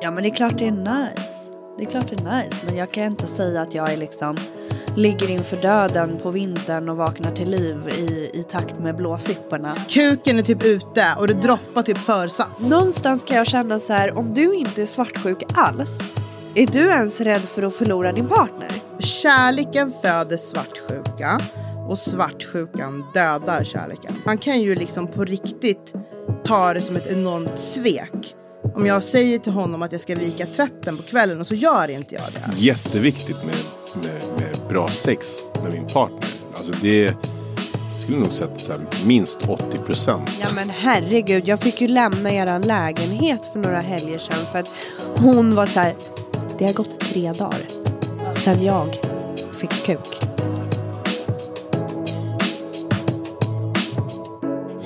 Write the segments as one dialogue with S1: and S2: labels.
S1: Ja men det är klart det är nice. Det är klart det är nice. Men jag kan inte säga att jag är liksom ligger inför döden på vintern och vaknar till liv i, i takt med blåsipporna.
S2: Kuken är typ ute och det droppar typ försats.
S1: Någonstans kan jag känna så här, om du inte är svartsjuk alls, är du ens rädd för att förlora din partner?
S2: Kärleken föder svartsjuka och svartsjukan dödar kärleken. Man kan ju liksom på riktigt ta det som ett enormt svek. Om jag säger till honom att jag ska vika tvätten på kvällen och så gör inte jag det.
S3: Jätteviktigt med, med, med bra sex med min partner. Alltså det jag skulle nog sätta så här, minst 80 procent.
S1: Ja men herregud, jag fick ju lämna eran lägenhet för några helger sedan för att hon var så här, det har gått tre dagar sedan jag fick kuk.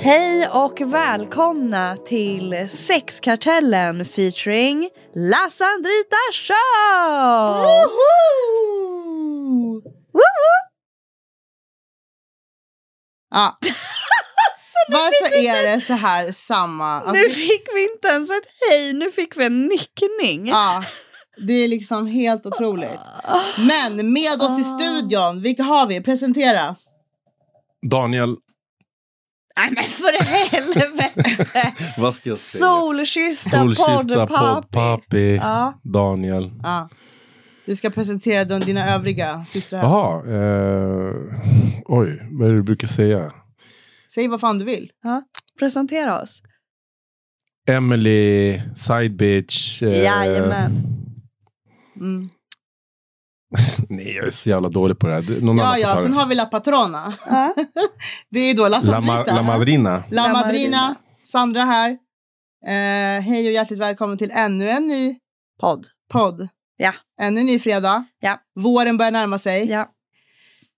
S1: Hej och välkomna till Sexkartellen featuring Lassandrita Show! Woho!
S2: Ja. Varför är det så här samma? Alltså,
S1: Nu fick vi inte ens ett hej, nu fick vi en nickning.
S2: ja, det är liksom helt otroligt. Men med oss i studion, vilka har vi? Presentera.
S3: Daniel,
S1: Nej men för helvete!
S3: vad ska jag
S1: Solkyssta poddpapi.
S3: poddpapi.
S1: Ja.
S3: Daniel.
S2: Ja. Du ska presentera de, dina övriga systrar. här.
S3: Jaha, eh, oj, vad är det du brukar säga?
S2: Säg vad fan du vill.
S1: ja, presentera oss.
S3: Emily, side bitch. eh,
S1: Jajamän.
S2: Mm.
S3: Nej, jag är så jävla dålig på det här. Du- Någon
S2: Ja,
S3: annan får
S2: ja,
S3: ta
S2: sen
S3: det.
S2: har vi La Patrona.
S1: Ja.
S2: Det är ju då La
S3: La, Ma-
S2: Sandrita.
S3: La Madrina.
S1: La
S2: La Madrina.
S1: Madrina.
S2: Sandra här. Eh, hej och hjärtligt välkommen till ännu en ny
S1: Podd.
S2: podd.
S1: Ja.
S2: Ännu en ny fredag.
S1: Ja.
S2: Våren börjar närma sig.
S1: Ja.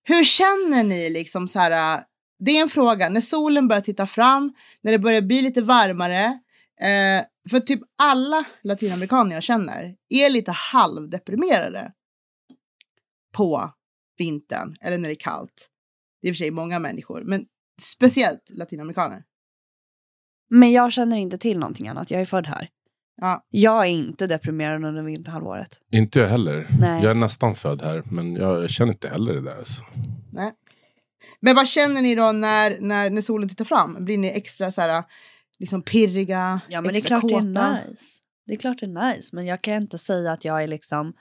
S2: Hur känner ni liksom så här? äh, Det är en fråga. När solen börjar titta fram, när det börjar bli lite varmare. Eh, för typ alla latinamerikaner jag känner är lite halvdeprimerade på vintern eller när det är kallt. Det är i och för sig många människor, men speciellt latinamerikaner.
S1: Men jag känner inte till någonting annat, jag är född här.
S2: Ja.
S1: Jag är inte deprimerad under vinterhalvåret.
S3: Inte jag heller.
S1: Nej.
S3: Jag är nästan född här, men jag känner inte heller det där. Alltså.
S2: Nej. Men vad känner ni då när, när, när solen tittar fram? Blir ni extra så här, liksom pirriga?
S1: Ja men det är
S2: extra
S1: klart det
S2: kåta?
S1: är nice. Det är klart det är nice, men jag kan inte säga att jag är liksom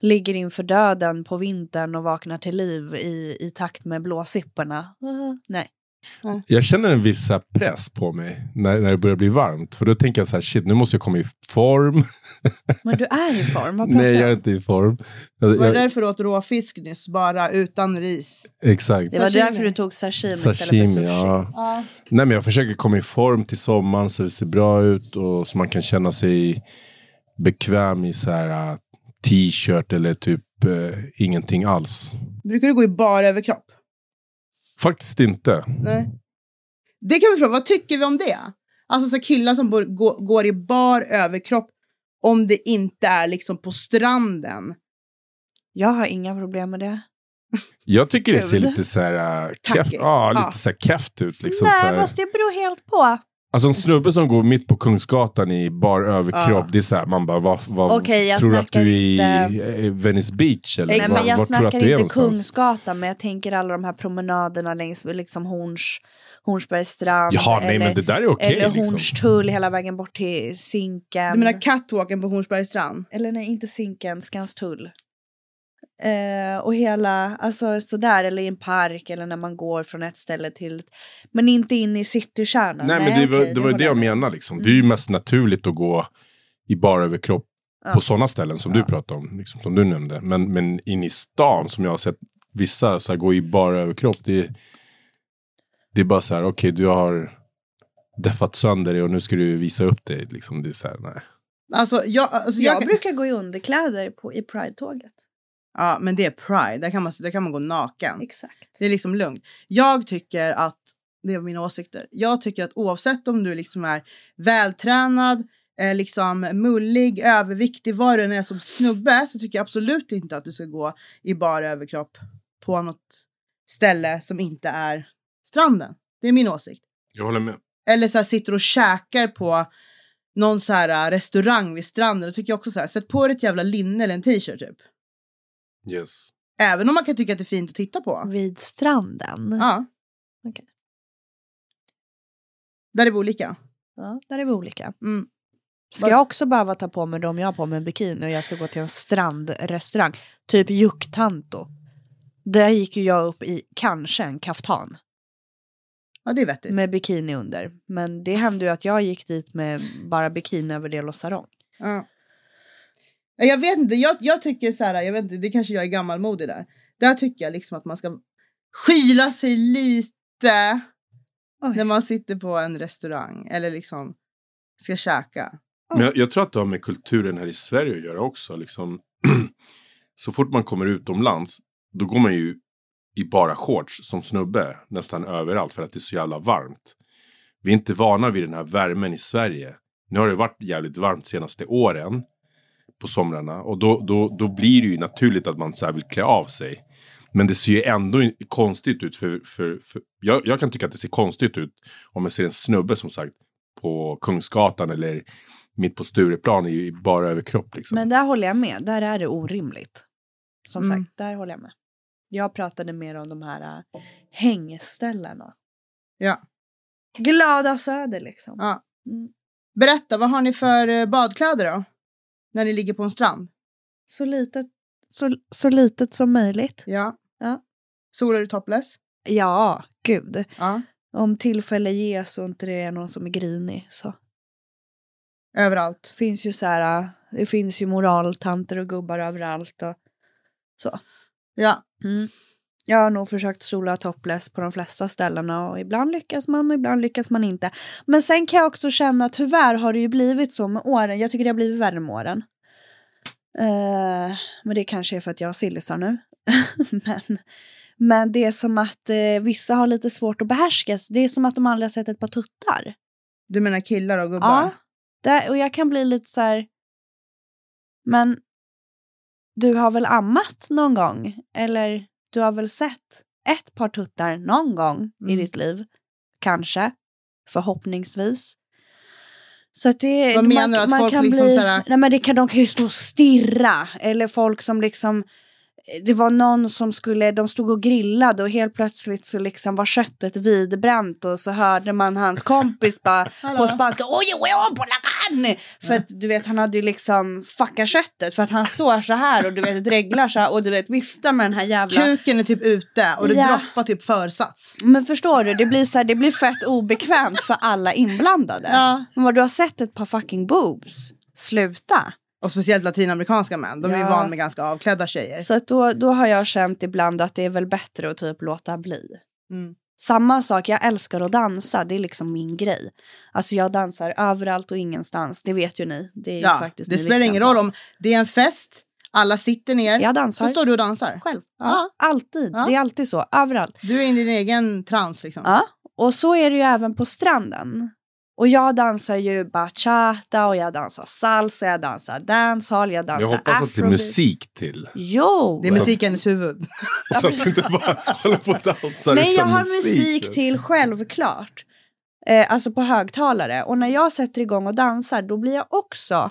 S1: ligger inför döden på vintern och vaknar till liv i, i takt med blåsipporna. Uh, nej.
S3: Jag känner en viss så här press på mig när, när det börjar bli varmt. För då tänker jag så här, shit, nu måste jag komma i form.
S1: Men du är i form, vad pratar
S3: Nej,
S1: du
S3: jag är
S1: om?
S3: inte i form. Jag,
S2: Var det
S3: jag,
S2: därför du åt råfisk nyss, bara utan ris?
S3: exakt.
S1: Det var
S2: Sashimi.
S1: därför du tog sashimi, istället för
S3: Sashimi,
S1: sushi.
S3: ja. Nej, men jag försöker komma i form till sommaren så det ser bra ut och så man kan känna sig bekväm i så här äh, t-shirt eller typ eh, ingenting alls.
S2: Brukar du gå i bara överkropp?
S3: Faktiskt inte.
S2: Nej. Det kan vi fråga, vad tycker vi om det? Alltså så killar som bor, gå, går i bar överkropp om det inte är liksom på stranden.
S1: Jag har inga problem med det.
S3: Jag tycker det ser
S1: Gud.
S3: lite så här äh, keft,
S2: Tacky.
S3: ja,
S2: Ja.
S3: lite så här keft ut. Liksom, så
S1: Nej,
S3: här.
S1: fast det beror helt på.
S3: Alltså en snubbe som går mitt på Kungsgatan i bar överkropp,
S2: Ja.
S3: det är så här, man bara, vad, vad
S1: Okej, jag
S3: tror du att du är i
S1: snackar
S3: eh, Venice Beach? Eller
S1: Nej,
S2: Exakt.
S3: vad,
S1: men jag
S3: vart tror du att
S1: snackar
S3: du är
S1: inte
S3: någonstans?
S1: Kungsgatan, men jag tänker alla de här promenaderna längs liksom Horns, Hornsbergs strand.
S3: Jaha, nej
S1: eller,
S3: men det där är okej.
S1: eller
S3: liksom.
S1: Hornstull hela vägen bort till Zinken.
S2: Du menar catwalken på Hornsbergs strand?
S1: eller nej, inte Zinken, Skanstull. Eh, och hela, alltså sådär, eller i en park eller när man går från ett ställe till ett, men inte in i citykärnan.
S3: Nej, men det var,
S1: okej,
S3: det, var ju
S1: håller
S3: det jag
S1: med om. Mm.
S3: menade. Liksom. Det är ju mest naturligt att gå i bara överkropp
S1: Ja.
S3: på sådana ställen som du
S1: Ja.
S3: pratade om, liksom, som du nämnde. Men, men in i stan, som jag har sett vissa så här, gå i bara överkropp, det, det är bara så här, okej, du har deffat sönder dig och nu ska du visa upp dig. Liksom, det är så här, nej.
S2: Alltså, jag, alltså, jag,
S1: Jag brukar gå i underkläder på, i Pride-tåget.
S2: Ja, men det är pride. Där kan man, där kan man gå naken.
S1: Exakt.
S2: Det är liksom lugnt. Jag tycker att, det är mina åsikter, jag tycker att oavsett om du liksom är vältränad, eh, liksom mullig, överviktig, vad du än är som snubbe så tycker jag absolut inte att du ska gå i bara överkropp på något ställe som inte är stranden. Det är min åsikt.
S3: Jag håller med.
S2: Eller så här, sitter och käkar på någon så här äh, restaurang vid stranden, då tycker jag också så här, sätt på dig ett jävla linne eller en t-shirt typ.
S3: Yes.
S2: Även om man kan tycka att det är fint att titta på.
S1: Vid stranden.
S2: Ja.
S1: Okej.
S2: Där är vi olika.
S1: Ja, där är vi olika.
S2: Mm.
S1: Ska jag också behöva ta på mig dem jag har på mig en bikini och jag ska gå till en strandrestaurang? Typ Juktanto. Där gick ju jag upp i kanske en kaftan
S2: Ja, det är vettigt.
S1: med bikini under. Men det hände ju att jag gick dit med bara bikiniöverdel och sarong.
S2: Ja. Ja, Jag vet inte, jag, jag tycker så här, jag vet inte, det kanske jag är gammalmodig där. Där tycker jag liksom att man ska skyla sig lite
S1: Oj.
S2: när man sitter på en restaurang eller liksom ska käka.
S3: Men jag, jag tror att det har med kulturen här i Sverige att göra också. Liksom. så fort man kommer utomlands, då går man ju i bara shorts som snubbe nästan överallt för att det är så jävla varmt. Vi är inte vana vid den här värmen i Sverige. Nu har det varit jävligt varmt senaste åren på somrarna och då, då, då blir det ju naturligt att man så här vill klä av sig. Men det ser ju ändå in- konstigt ut. För, för, för, jag, jag kan tycka att det ser konstigt ut om jag ser en snubbe som sagt på Kungsgatan eller mitt på Stureplan i bara överkropp. Liksom.
S1: Men där håller jag med, där är det orimligt. Som
S2: Mm.
S1: sagt, där håller jag med. Jag pratade mer om de här äh, hängställena.
S2: Ja.
S1: Glada söder liksom.
S2: Ja.
S1: Mm.
S2: Berätta, vad har ni för eh, badkläder då? När ni ligger på en strand?
S1: Så, litet, så, så litet som möjligt.
S2: Ja.
S1: Ja.
S2: Solar du topless?
S1: Ja, gud.
S2: Ja.
S1: Om tillfälle ges och inte det är någon som är grinig så.
S2: Överallt.
S1: Det finns ju så här, äh, det finns ju moraltanter och gubbar överallt och så.
S2: Ja.
S1: Jag har nog försökt sola topless på de flesta ställena och ibland lyckas man och ibland lyckas man inte. Men sen kan jag också känna att tyvärr har det ju blivit så med åren. Jag tycker det har blivit värre med åren. Eh, men det kanske är för att jag har sillisar nu. men, men det är som att eh, vissa har lite svårt att behärskas. Det är som att de aldrig har sett ett par tuttar.
S2: Du menar killar och gubbar?
S1: Ja. Där, och jag kan bli lite så här... Men du har väl ammat någon gång? Eller du har väl sett ett par tuttar någon gång i
S2: Mm.
S1: ditt liv? Kanske. Förhoppningsvis. Så att det,
S2: Vad menar du? Att folk liksom så här-
S1: Nej men det kan, de kan ju stå och stirra. Eller folk som liksom... Det var någon som skulle, de stod och grillade och helt plötsligt så liksom var köttet vidbränt och så hörde man hans kompis bara på
S2: Hallå.
S1: spanska. Oj, oj, oj, på la carne! För att du vet, han hade ju liksom fuckat köttet för att han står så här och du vet dreglar så här och du vet viftar med den här jävla...
S2: Kuken är typ ute och det
S1: Ja.
S2: droppar typ försats.
S1: Men förstår du, det blir, så här, det blir fett obekvämt för alla inblandade.
S2: Ja.
S1: Men vad du har sett ett par fucking boobs. Sluta.
S2: Och speciellt latinamerikanska män, de är ju
S1: Ja.
S2: van med ganska avklädda tjejer.
S1: Så att då, då har jag känt ibland att det är väl bättre att typ låta bli.
S2: Mm.
S1: Samma sak, jag älskar att dansa, det är liksom min grej. Alltså jag dansar överallt och ingenstans, det vet ju ni. Det, är ju
S2: Ja,
S1: faktiskt
S2: det
S1: ni
S2: spelar
S1: vittnen
S2: ingen
S1: på.
S2: roll om det är en fest, alla sitter ner,
S1: Jag dansar.
S2: så står du och dansar.
S1: själv.
S2: Ja.
S1: Alltid.
S2: Ja.
S1: Det är alltid så. Överallt.
S2: Du är in i din egen trans liksom.
S1: Ja. Och så är det ju även på stranden. Och jag dansar ju bachata och jag dansar salsa, jag dansar dancehall, jag dansar
S3: jag hoppas att det är
S1: afrobeat.
S3: musik till.
S1: Jo!
S2: Det är musik i hennes huvud.
S3: Så att du inte bara håller på och dansar
S1: Nej, jag
S3: utan
S1: har
S3: liksom.
S1: musik till självklart. Eh, alltså på högtalare. Och när jag sätter igång och dansar då blir jag också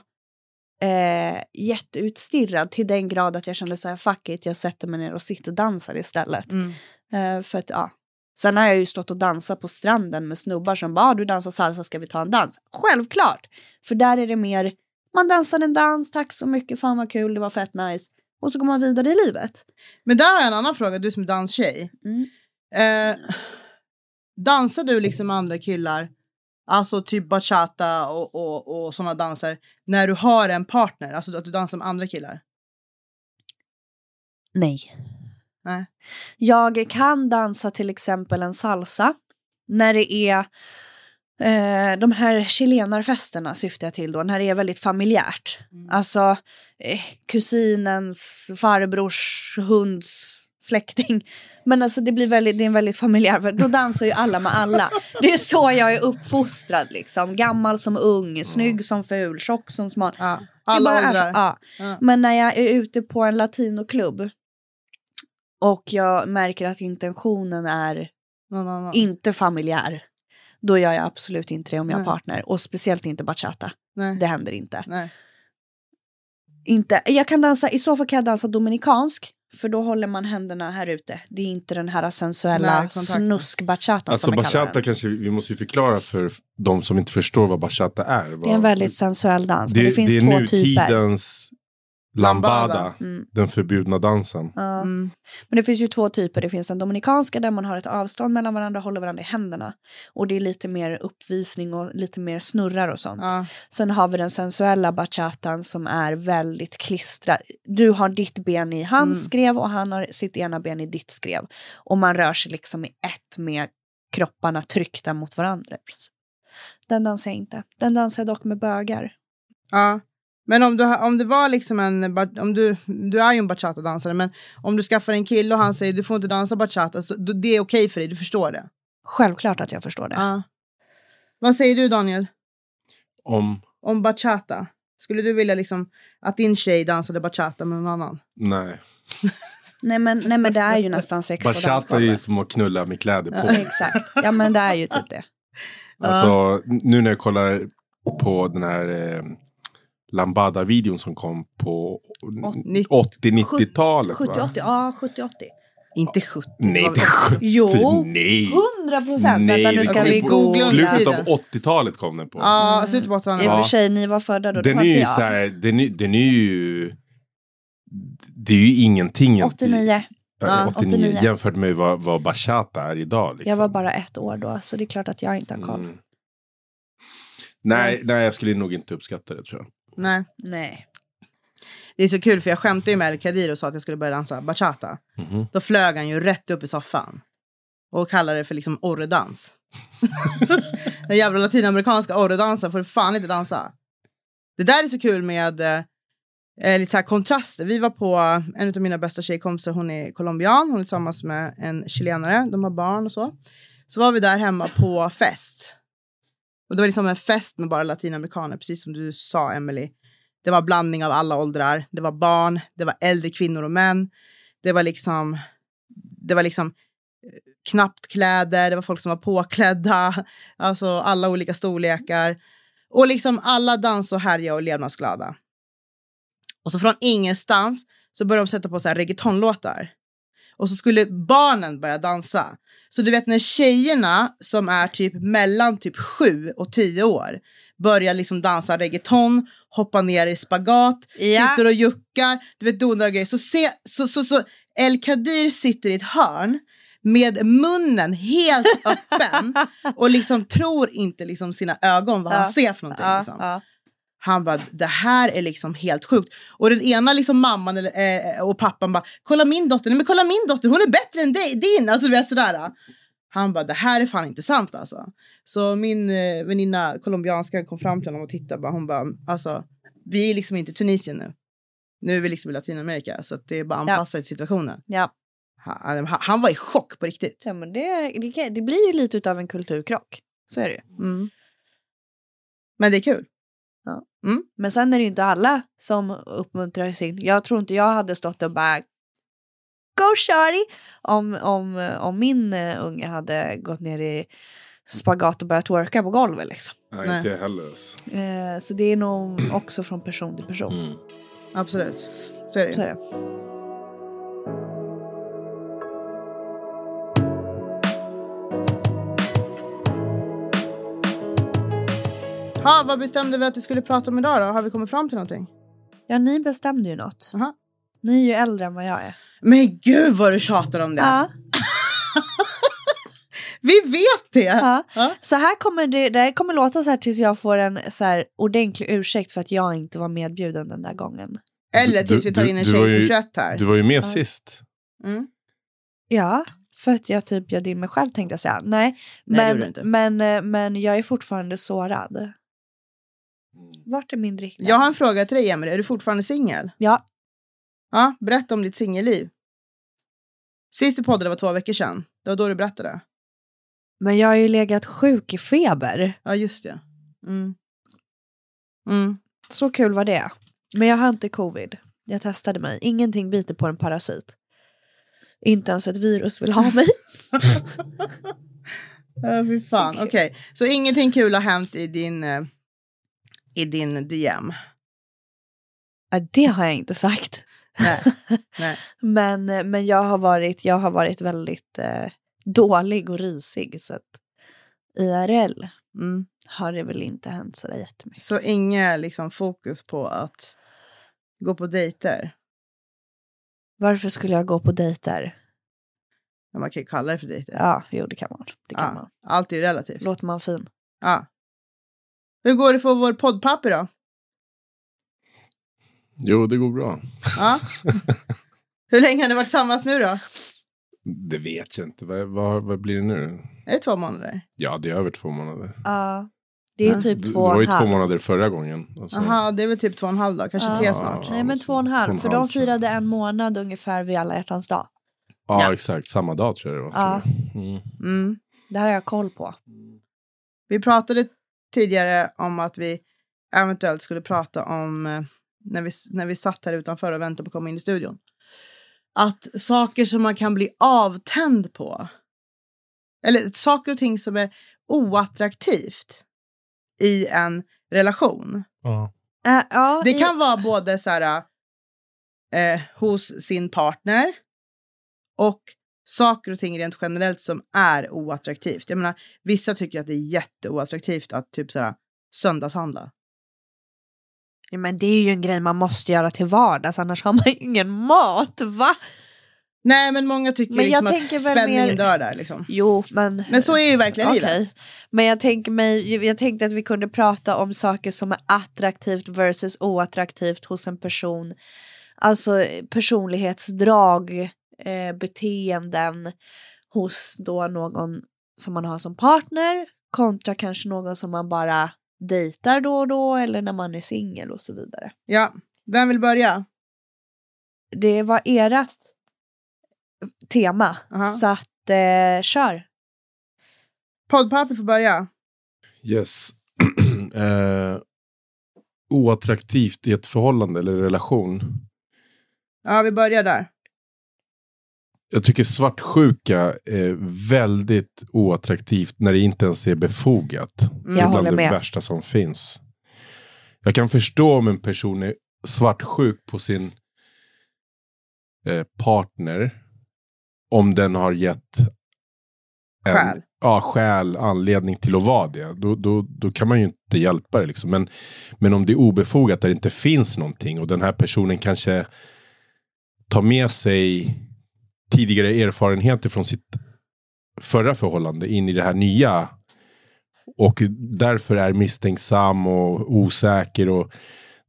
S1: eh, jätteutstirrad till den grad att jag kände så här fuck it, jag sätter mig ner och sitter och dansar istället.
S2: Mm.
S1: Eh, för att, ja. Sen har jag ju stått och dansat på stranden med snubbar som bara, ah, du dansar salsa, ska vi ta en dans? Självklart! För där är det mer, man dansar en dans, tack så mycket, fan vad kul, det var fett nice. Och så går man vidare i livet.
S2: Men där har jag en annan fråga, du som är danstjej.
S1: Mm.
S2: Eh, dansar du liksom med andra killar, alltså typ bachata och, och, och sådana danser, när du har en partner? Alltså att du dansar med andra killar?
S1: Nej.
S2: Nej.
S1: Jag kan dansa till exempel en salsa när det är eh, de här chilenarfesterna syftar jag till då, när det är väldigt familjärt. Alltså eh, kusinens, farbrors, hunds släkting. Men alltså det blir väldigt, det är en väldigt familjär värld. Då dansar ju alla med alla. Det är så jag är uppfostrad liksom. Gammal som ung, snygg som ful, tjock som smal.
S2: Ja.
S1: Det är
S2: Alla
S1: bara-
S2: åldrar?
S1: Ja.
S2: Ja.
S1: Men när jag är ute på en latinoklubb och jag märker att intentionen är
S2: Någon annan.
S1: inte familjär, då gör jag absolut inte det om jag har
S2: Nej. Mm.
S1: partner. Och speciellt inte bachata.
S2: Nej.
S1: Det händer inte.
S2: Nej.
S1: inte. Jag kan dansa, i så fall kan jag dansa dominikansk. För då håller man händerna här ute. Det är inte den här sensuella
S2: Närkontakten.
S1: snusk-bachatan
S3: Alltså
S1: som man kallar
S3: bachata
S1: den.
S3: kanske, vi måste ju förklara för de som inte förstår vad bachata är. Vad,
S1: Det är en väldigt sensuell dans. men det finns
S3: det är
S1: två typer.
S3: nutidens lambada,
S2: Lambada.
S1: Mm.
S3: den förbjudna dansen.
S1: Ja.
S2: Mm.
S1: Men det finns ju två typer. Det finns den dominikanska där man har ett avstånd mellan varandra och håller varandra i händerna. Och det är lite mer uppvisning och lite mer snurrar och sånt.
S2: Ja.
S1: Sen har vi den sensuella bachatan som är väldigt klistrad. Du har ditt ben i hans
S2: Mm.
S1: skrev och han har sitt ena ben i ditt skrev. Och man rör sig liksom i ett med kropparna tryckta mot varandra. i princip. Den dansar jag inte. Den dansar jag dock med bögar.
S2: Ja. Men om, du, ha- om det var liksom en, ba- om du, du är ju en bachata-dansare, men om du skaffar en kille och han säger du får inte dansa bachata, så då- det är okej för dig, du förstår det.
S1: Självklart att jag förstår det.
S2: Ja. Vad säger du Daniel,
S3: Om,
S2: om bachata? Skulle du vilja liksom att din tjej dansade bachata med någon annan?
S3: nej.
S1: Nej, men, nej men det är ju nästan sex på
S3: Bachata är ju
S1: dansgolvet.
S3: som att knulla med kläder på.
S1: Ja, Exakt. Ja men det är ju typ det.
S3: Alltså, nu när jag kollar på den här eh, Lambada-videon som kom på
S2: Åttio-
S3: 80-90-talet.
S1: 70-80, ja 70-80.
S2: Inte 70.
S3: Nej, inte 70.
S1: Jo.
S3: Nej.
S1: 100 procent! Vänta nu ska
S2: det-
S1: vi
S2: på
S1: googla.
S3: Slutet av
S2: Tiden.
S3: 80-talet kom den på.
S2: Ja, slutet på 80-talet.
S1: I och
S3: Ja.
S1: för sig, ni var födda då. det
S3: Den
S1: var
S3: är
S1: inte
S3: ju
S1: jag.
S3: så här, den är, den är ju... Det är ju ingenting. jämfört-
S1: 89.
S3: Ja,
S2: Ja,
S3: 89,
S1: 89.
S3: Jämfört med vad, vad bachata är idag. Liksom.
S1: Jag var bara ett år då, så det är klart att jag inte har koll.
S3: Mm. Nej, nej, jag skulle nog inte uppskatta det tror jag.
S2: Nej.
S1: Nej.
S2: Det är så kul för jag skämtade ju med El Kadir och sa att jag skulle börja dansa bachata.
S3: Mhm.
S2: Då flög han ju rätt upp i soffan. Och kallade det för liksom orredans. Den jävla latinamerikanska orredansen får du fan inte dansa. Det där är så kul med eh, lite så här kontraster. Vi var på, en av mina bästa tjejkompisar, hon är colombian, hon är tillsammans med en chilenare, de har barn och så. Så var vi där hemma på fest. Och det var liksom en fest med bara latinamerikaner, precis som du sa Emily. Det var blandning av alla åldrar, det var barn, det var äldre kvinnor och män. Det var liksom, det var liksom eh, knappt kläder, det var folk som var påklädda, alltså alla olika storlekar. Och liksom alla dans och härja och levnadsglada. Och så från ingenstans så började de sätta på så här reggaetonlåtar. Och så skulle barnen börja dansa. Så du vet när tjejerna som är typ mellan typ 7 och 10 år börjar liksom dansa reggaeton, hoppa ner i spagat,
S1: Ja.
S2: sitter och juckar, du vet donar och grejer. Så, se, så, så, så El Kadir sitter i ett hörn med munnen helt öppen och liksom tror inte liksom sina ögon vad
S1: Ja.
S2: han ser för någonting.
S1: Ja,
S2: liksom.
S1: ja.
S2: Han bara, det här är liksom helt sjukt. Och den ena liksom mamman eller, eh, och pappan bara, kolla min dotter, nej men kolla min dotter, hon är bättre än dig, din. Alltså du vet sådär. Han bara, det här är fan inte sant alltså. Så min eh, väninna, colombianska, kom fram till honom och tittade bara, hon bara, alltså vi är liksom inte i Tunisien nu. Nu är vi liksom i Latinamerika, så att det är bara
S1: Ja.
S2: anpassat till situationen.
S1: ja.
S2: Han, han, han var i chock på riktigt.
S1: ja men det, det, kan- det blir ju lite av en kulturkrock. Så är det ju.
S2: Mm. Men det är kul.
S1: Men sen är det ju inte alla som uppmuntrar sin. Jag tror inte jag hade stått och bara Go shawty! Om, om, om min eh, unge hade gått ner i spagat och börjat worka på golvet liksom.
S3: Nej,
S2: Nej.
S3: inte jag heller. alltså.
S1: Eh, så det är nog också från person till person.
S3: Mm.
S2: Absolut. Så är det
S1: Så
S2: ju.
S1: är det.
S2: Ha, vad bestämde vi att vi skulle prata om idag då? Har vi kommit fram till någonting?
S1: Ja, ni bestämde ju något.
S2: Aha.
S1: Ni är ju äldre än vad jag är.
S2: Men gud vad du tjatar om det.
S1: Ja,
S2: Vi vet det.
S1: ja.
S2: Ja.
S1: Så här kommer det, det här kommer låta så här tills jag får en så här ordentlig ursäkt för att jag inte var medbjuden den där gången.
S2: Eller
S3: Du-
S2: tills vi tar
S3: du-
S2: in en
S3: du
S2: tjej
S3: var
S2: som
S3: ju-
S2: 21 här.
S3: Du var ju med
S1: Ja.
S3: sist.
S2: Mm.
S1: Ja, för att jag typ bjöd in mig själv tänkte jag säga. Nej,
S2: Nej, det
S1: men,
S2: gjorde du inte.
S1: men, eh, men jag är fortfarande sårad.
S3: Mm.
S1: Vart är min dricka?
S2: Jag har en fråga till dig Emil. Är du fortfarande singel?
S1: Ja,
S2: Ja, berätta om ditt singelliv. Sist du poddade var två veckor sedan. Det var då du berättade.
S1: men jag har ju legat sjuk i feber.
S2: Ja, just det. Mm. Mm.
S1: Så kul var det. Men jag har inte covid. Jag testade mig. Ingenting biter på en parasit. Inte ens ett virus vill ha mig.
S2: Ja, fy fan. Okej, så ingenting kul har hänt i din eh, i din DM.
S1: Ja, Det har jag inte sagt.
S2: Nej. Nej.
S1: Men, eh, men jag, har varit, jag har varit väldigt eh, dålig och risig. Så att IRL
S2: Mm.
S1: har det väl inte hänt så där jättemycket.
S2: Så inga liksom, fokus på att gå på dejter.
S1: Varför skulle jag gå på dejter?
S2: Ja, Man kan ju kalla det för dejter.
S1: Ja, jo det kan man. Det kan
S2: Ja,
S1: man.
S2: Allt är ju relativt.
S1: Låter man fin.
S2: Ja. Hur går det för vår poddpapper då?
S3: Jo, det går bra.
S2: Ja. Hur länge har ni varit tillsammans nu då?
S3: Det vet jag inte. Vad, vad, vad blir det nu?
S2: Är det två månader?
S3: Ja, det är över två månader.
S1: Ja, det är
S2: Ja.
S1: typ
S3: Du- det
S1: två och
S3: var ju
S1: en
S3: två
S1: halv.
S3: månader förra gången. Alltså,
S2: Jaha, det är väl typ två och en halv då, kanske
S1: Ja.
S2: tre snart.
S1: Nej men två och en
S3: Två
S1: halv,
S3: och en
S1: för
S3: halv,
S1: de
S3: tror jag.
S1: firade en månad ungefär vid alla hjärtans dag.
S3: Ja,
S2: Ja.
S3: exakt. Samma dag tror jag det var.
S1: Ja.
S3: tror jag. Mm.
S2: Mm.
S1: Det här har jag koll på.
S2: Vi pratade tidigare om att vi eventuellt skulle prata om eh, när vi, när vi satt här utanför och väntade på att komma in i studion. Att saker som man kan bli avtänd på. Eller saker och ting som är oattraktivt i en relation.
S3: Ja.
S1: Äh, ja,
S2: Det
S1: i-
S2: kan vara både så här, eh, hos sin partner och saker och ting rent generellt som är oattraktivt. Jag menar, vissa tycker att det är jätteoattraktivt att typ så här, söndagshandla.
S1: Ja, Men det är ju en grej man måste göra till vardags, annars har man ju ingen mat, va?
S2: Nej, men många tycker
S1: Men
S2: liksom
S1: jag
S2: att
S1: tänker väl
S2: spänningen
S1: mer-
S2: dör där. Liksom.
S1: Jo, men...
S2: Men så är ju verkligen
S1: Okej.
S2: livet.
S1: Men jag, tänker mig, jag tänkte att vi kunde prata om saker som är attraktivt versus oattraktivt hos en person. Alltså eh, personlighetsdrag, eh, beteenden hos då någon som man har som partner kontra kanske någon som man bara dejtar då och då eller när man är singel och så vidare.
S2: Ja. Vem vill börja?
S1: Det var ert tema,
S2: Aha.
S1: så att eh, kör.
S2: Poddpapper får börja.
S3: Yes. eh, oattraktivt i ett förhållande eller relation.
S2: Ja, vi börjar där.
S3: Jag tycker svartsjuka är väldigt oattraktivt när det inte ens är befogat.
S2: Mm.
S3: det är
S1: Jag
S3: bland
S1: håller
S3: det
S1: med.
S3: värsta som finns. Jag kan förstå om en person är svartsjuk på sin eh, partner. Om den har gett en,
S2: Skäl.
S3: Ja, skäl, anledning till att vara det. Då, då, då kan man ju inte hjälpa det. Liksom. Men, men om det är obefogat där det inte finns någonting och den här personen kanske tar med sig tidigare erfarenheter från sitt förra förhållande in i det här nya. Och därför är misstänksam och osäker. och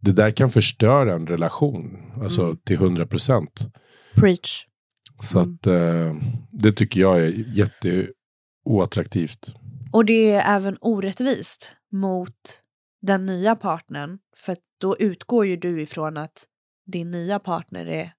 S3: Det där kan förstöra en relation. Alltså
S2: Mm.
S3: till 100 procent.
S1: Preach.
S3: Så
S2: Mm.
S3: att eh, det tycker jag är jätteoattraktivt.
S1: Och det är även orättvist mot den nya partnern för att då utgår ju du ifrån att din nya partner är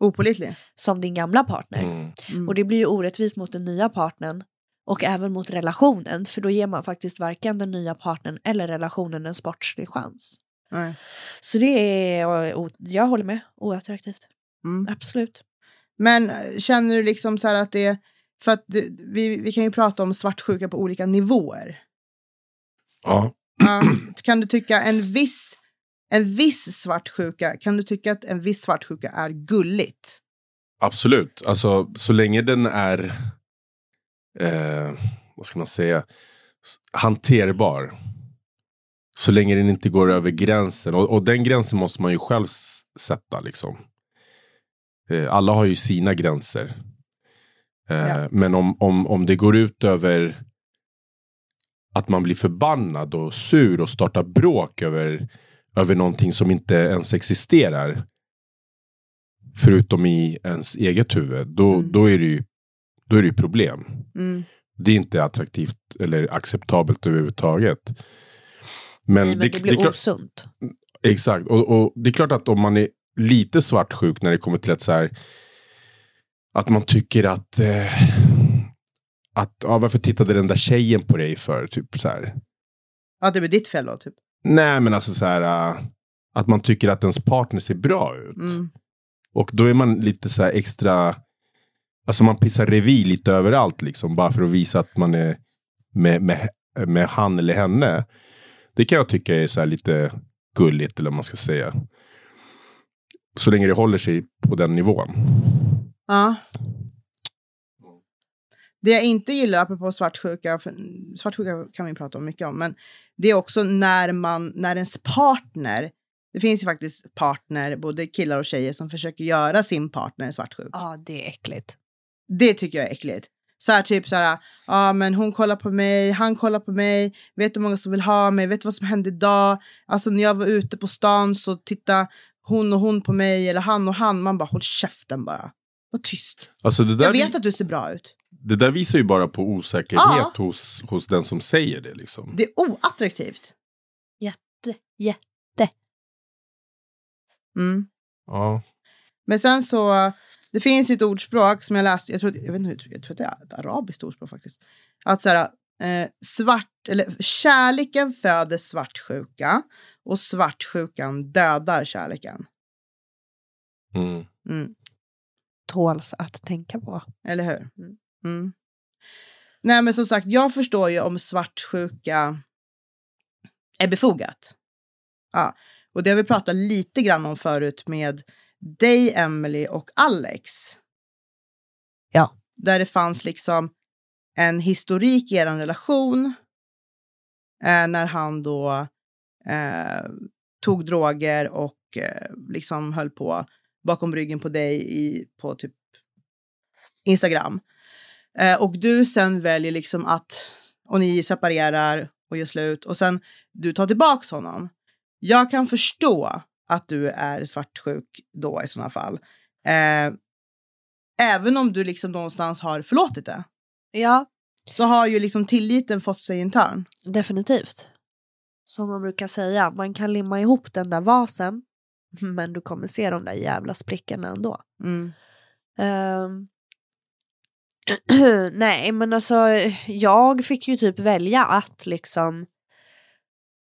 S2: Opålitlig.
S1: som din gamla partner.
S3: Mm.
S2: Mm.
S1: Och det blir ju orättvist mot den nya partnern och även mot relationen för då ger man faktiskt varken den nya partnern eller relationen en sportslig chans.
S2: Nej.
S1: Så det är, eh, o- jag håller med, oattraktivt.
S2: Mm.
S1: Absolut.
S2: Men eh, känner du liksom så här att det för att det, vi, vi kan ju prata om svartsjuka på olika nivåer.
S3: Ja.
S2: Ja, kan du tycka en viss, en viss svartsjuka, kan du tycka att en viss svartsjuka är gulligt?
S3: Absolut. Alltså, så länge den är, eh, vad ska man säga, s- hanterbar. Så länge den inte går över gränsen. Och, och den gränsen måste man ju själv s- sätta. Liksom. Eh, alla har ju sina gränser. Eh,
S2: Ja.
S3: Men om, om, om det går ut över att man blir förbannad och sur och startar bråk över, över någonting som inte ens existerar förutom i ens eget huvud, då,
S2: Mm.
S3: då, är det ju, då är det ju problem.
S2: Mm.
S3: Det är inte attraktivt eller acceptabelt överhuvudtaget. Men,
S1: Nej, men
S3: det,
S1: det,
S3: det,
S1: blir
S3: är klart,
S1: osunt.
S3: Exakt, och, och det är klart att om man är lite svartsjuk när det kommer till att så här, att man tycker att, eh, att ja, varför tittade den där tjejen på dig för? Typ så här.
S2: Att det är ditt fel då, typ.
S3: Nej, men alltså så här, eh, att man tycker att ens partner ser bra ut.
S2: Mm.
S3: Och då är man lite så här extra... Alltså man pissar revir lite överallt liksom. Bara för att visa att man är med, med, med han eller henne. Det kan jag tycka är så här lite gulligt, eller vad man ska säga. Så länge det håller sig på den nivån.
S2: Ja. Det jag inte gillar, apropå svartsjuka, för mm, svartsjuka kan vi prata om mycket om, men det är också när, man, när ens partner, det finns ju faktiskt partner, både killar och tjejer, som försöker göra sin partner svartsjuk.
S1: Ja, det är äckligt.
S2: Det tycker jag är äckligt. Så här typ så här, ja men hon kollar på mig, han kollar på mig, vet hur många som vill ha mig, vet vad som hände idag, alltså när jag var ute på stan så titta hon och hon på mig eller han och han, man bara håll käften bara. Var tyst.
S3: Alltså det, där,
S2: Jag vet att du ser bra ut.
S3: det där visar ju bara på osäkerhet
S2: Ja.
S3: hos, hos den som säger det. Liksom.
S2: Det är oattraktivt.
S1: Jätte, jätte.
S2: Mm.
S3: Ja.
S2: Men sen så, det finns ju ett ordspråk som jag läste, jag tror, jag vet inte, jag tror att det är ett arabiskt ordspråk faktiskt. Att så här, eh, svart, eller kärleken föder svartsjuka och svartsjukan dödar kärleken.
S3: Mm.
S2: Mm.
S1: Tåls att tänka på.
S2: Eller hur?
S1: Mm.
S2: Mm. Nej men som sagt, jag förstår ju om svartsjuka är befogat. Ja. Och det har vi pratat lite grann om förut med dig, Emily och Alex.
S1: Ja.
S2: Där det fanns liksom en historik i er relation. Eh, när han då eh, tog droger och eh, liksom höll på bakom ryggen på dig i, på typ Instagram. Eh, och du sen väljer liksom att, och ni separerar och gör slut och sen du tar tillbaks honom. Jag kan förstå att du är svartsjuk då i sådana fall. Eh, även om du liksom någonstans har förlåtit det.
S1: Ja,
S2: Så har ju liksom tilliten fått sig en törn.
S1: definitivt. Som man brukar säga, man kan limma ihop den där vasen men du kommer se de där jävla sprickorna ändå.
S2: Mm,
S1: Ehm. Nej, men alltså jag fick ju typ välja att liksom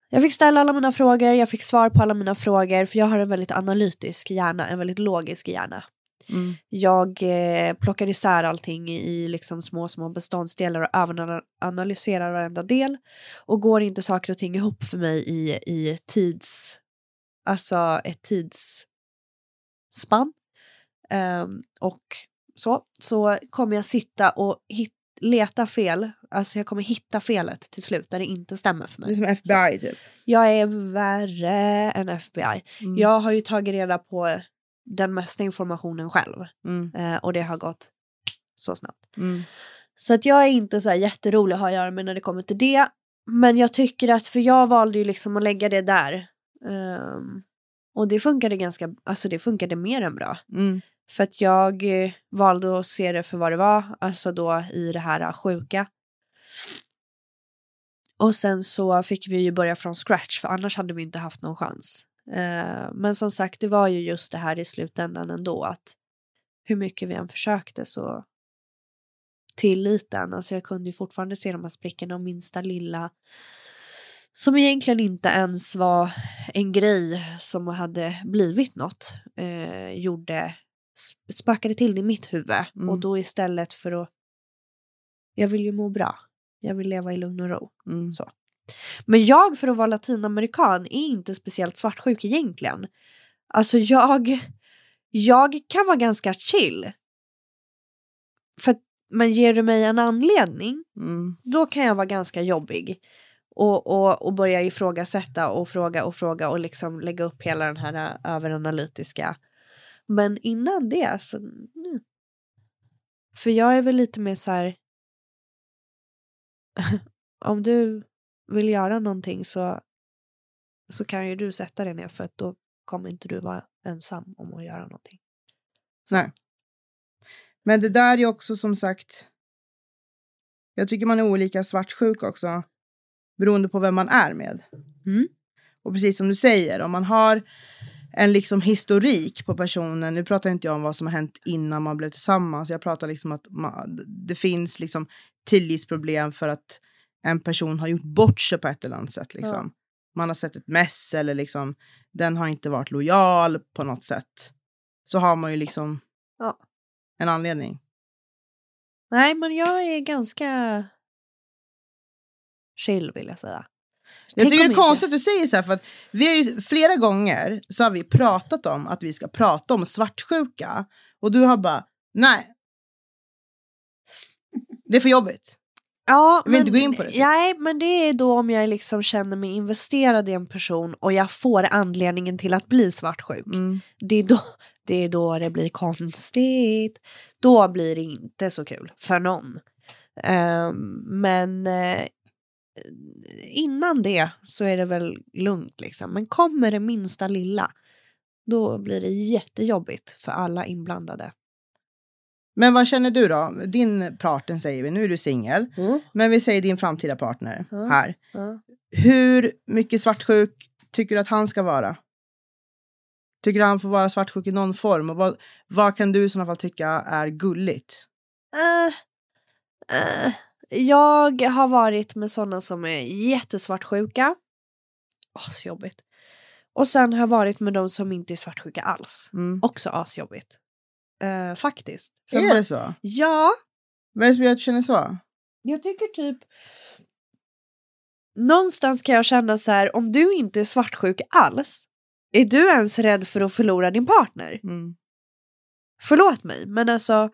S1: jag fick ställa alla mina frågor, jag fick svar på alla mina frågor för jag har en väldigt analytisk hjärna, en väldigt logisk hjärna.
S2: Mm.
S1: Jag eh, plockar isär allting i liksom små, små beståndsdelar och överanalyserar varenda del. Och går inte saker och ting ihop för mig i, i tids... Alltså ett tidsspann. Ehm, och så. Så kommer jag sitta och hit, leta fel. Alltså jag kommer hitta felet till slut där det inte stämmer för
S2: Det är
S1: mig.
S2: som FBI typ.
S1: Jag är värre än FBI.
S2: Mm.
S1: Jag har ju tagit reda på den mesta informationen själv.
S2: Mm.
S1: Eh, och det har gått så snabbt.
S2: Mm.
S1: Så att jag är inte så här jätterolig att ha att göra med när det kommer till det. Men jag tycker att, för jag valde ju liksom att lägga det där. Ehm, och det funkade ganska, alltså det funkade mer än bra.
S2: Mm.
S1: För att jag eh, valde att se det för vad det var, alltså då i det här eh, sjuka. Och sen så fick vi ju börja från scratch för annars hade vi inte haft någon chans. Eh, Men som sagt, det var ju just det här i slutändan ändå att hur mycket vi än försökte så tilliten, alltså jag kunde ju fortfarande se de här sprickorna och minsta lilla som egentligen inte ens var en grej som hade blivit något eh, gjorde sp- spökade till det i mitt huvud
S2: Mm.
S1: och då istället för att jag vill ju må bra jag vill leva i lugn och ro
S2: Mm.
S1: men jag för att vara latinamerikan är inte speciellt svartsjuk egentligen alltså jag jag kan vara ganska chill för att- men ger du mig en anledning
S2: Mm.
S1: då kan jag vara ganska jobbig och, och, och börja ifrågasätta och fråga och fråga och liksom lägga upp hela den här ä, överanalytiska. Men innan det så... mm. För jag är väl lite mer så här... Om du vill göra någonting så, så kan ju du sätta dig ner för att då kommer inte du vara ensam om att göra någonting.
S2: Men det där är också som sagt. Jag tycker man är olika svartsjuk också. Beroende på vem man är med.
S1: Mm.
S2: Och precis som du säger, om man har en liksom historik på personen. Nu pratar inte jag om vad som har hänt innan man blev tillsammans. Jag pratar liksom att man, det finns liksom tillitsproblem för att en person har gjort bort sig på ett eller annat sätt. Liksom. Man har sett ett mess eller liksom den har inte varit lojal på något sätt. Så har man ju liksom
S1: Ja.
S2: en anledning.
S1: Nej, men jag är ganska chill vill jag säga.
S2: Jag
S1: Tänk
S2: tycker
S1: om
S2: det är
S1: inte.
S2: konstigt att du säger så här, för att vi har ju flera gånger så har vi pratat om att vi ska prata om svartsjuka och du har bara, nej. Det är för jobbigt.
S1: Ja,
S2: Jag vill inte gå in på det. typ.
S1: Nej, men det är då om jag liksom känner mig investerad i en person och jag får anledningen till att bli svartsjuk. Det, är då, det är då det blir konstigt. Då blir det inte så kul för någon. Ehm, men eh, innan det så är det väl lugnt liksom. Men kommer det minsta lilla då blir det jättejobbigt för alla inblandade.
S2: Men vad känner du då? Din partner säger vi, nu är du singel, men vi säger din framtida partner
S1: Ja.
S2: här.
S1: Ja.
S2: Hur mycket svartsjuk tycker du att han ska vara? Tycker du han får vara svartsjuk i någon form? Och vad, vad kan du i sådana fall tycka är gulligt?
S1: Eh, eh, jag har varit med sådana som är jättesvartsjuka. Asjobbigt. Och sen har jag varit med de som inte är svartsjuka alls.
S2: Mm.
S1: Också asjobbigt. Eh, faktiskt. För
S2: Är
S1: man-
S2: det så?
S1: Ja,
S2: Vad är det som gör att du känner så?
S1: jag tycker typ... Någonstans kan jag känna så här, om du inte är svartsjuk alls, är du ens rädd för att förlora din partner? Förlåt mig, men alltså.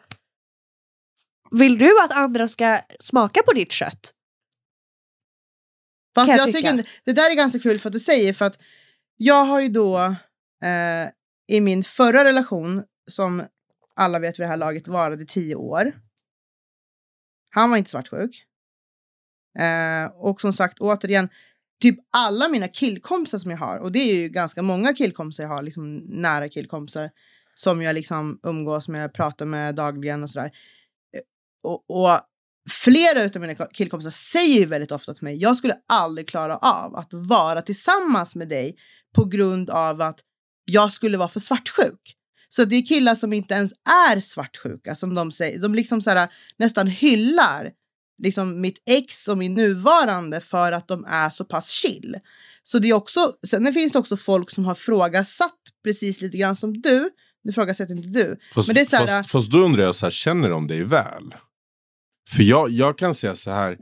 S1: Vill du att andra ska smaka på ditt kött?
S2: Fast
S1: Kan jag
S2: jag, tycker
S1: tycka.
S2: inte- det där är ganska kul för att du säger för att jag har ju då eh, i min förra relation som alla vet vid det här laget varade tio år. Han var inte svartsjuk. Eh, och som sagt återigen, typ alla mina killkompisar som jag har och det är ju ganska många killkompisar jag har, liksom nära killkompisar som jag liksom umgås med, pratar med dagligen och sådär. Eh, Och, och flera av mina killkompisar säger ju väldigt ofta till mig, jag skulle aldrig klara av att vara tillsammans med dig på grund av att jag skulle vara för svartsjuk. Så det är killar som inte ens är svartsjuka som de säger, de liksom så här, nästan hyllar liksom mitt ex och min nuvarande för att de är så pass chill. Så det är också, sen finns det också folk som har frågasatt precis lite grann som du, nu frågasätter inte du,
S3: Fast,
S2: Men det är så här- äh-
S3: fast, fast då undrar jag, så här, känner de dig väl? För jag, jag kan säga så här,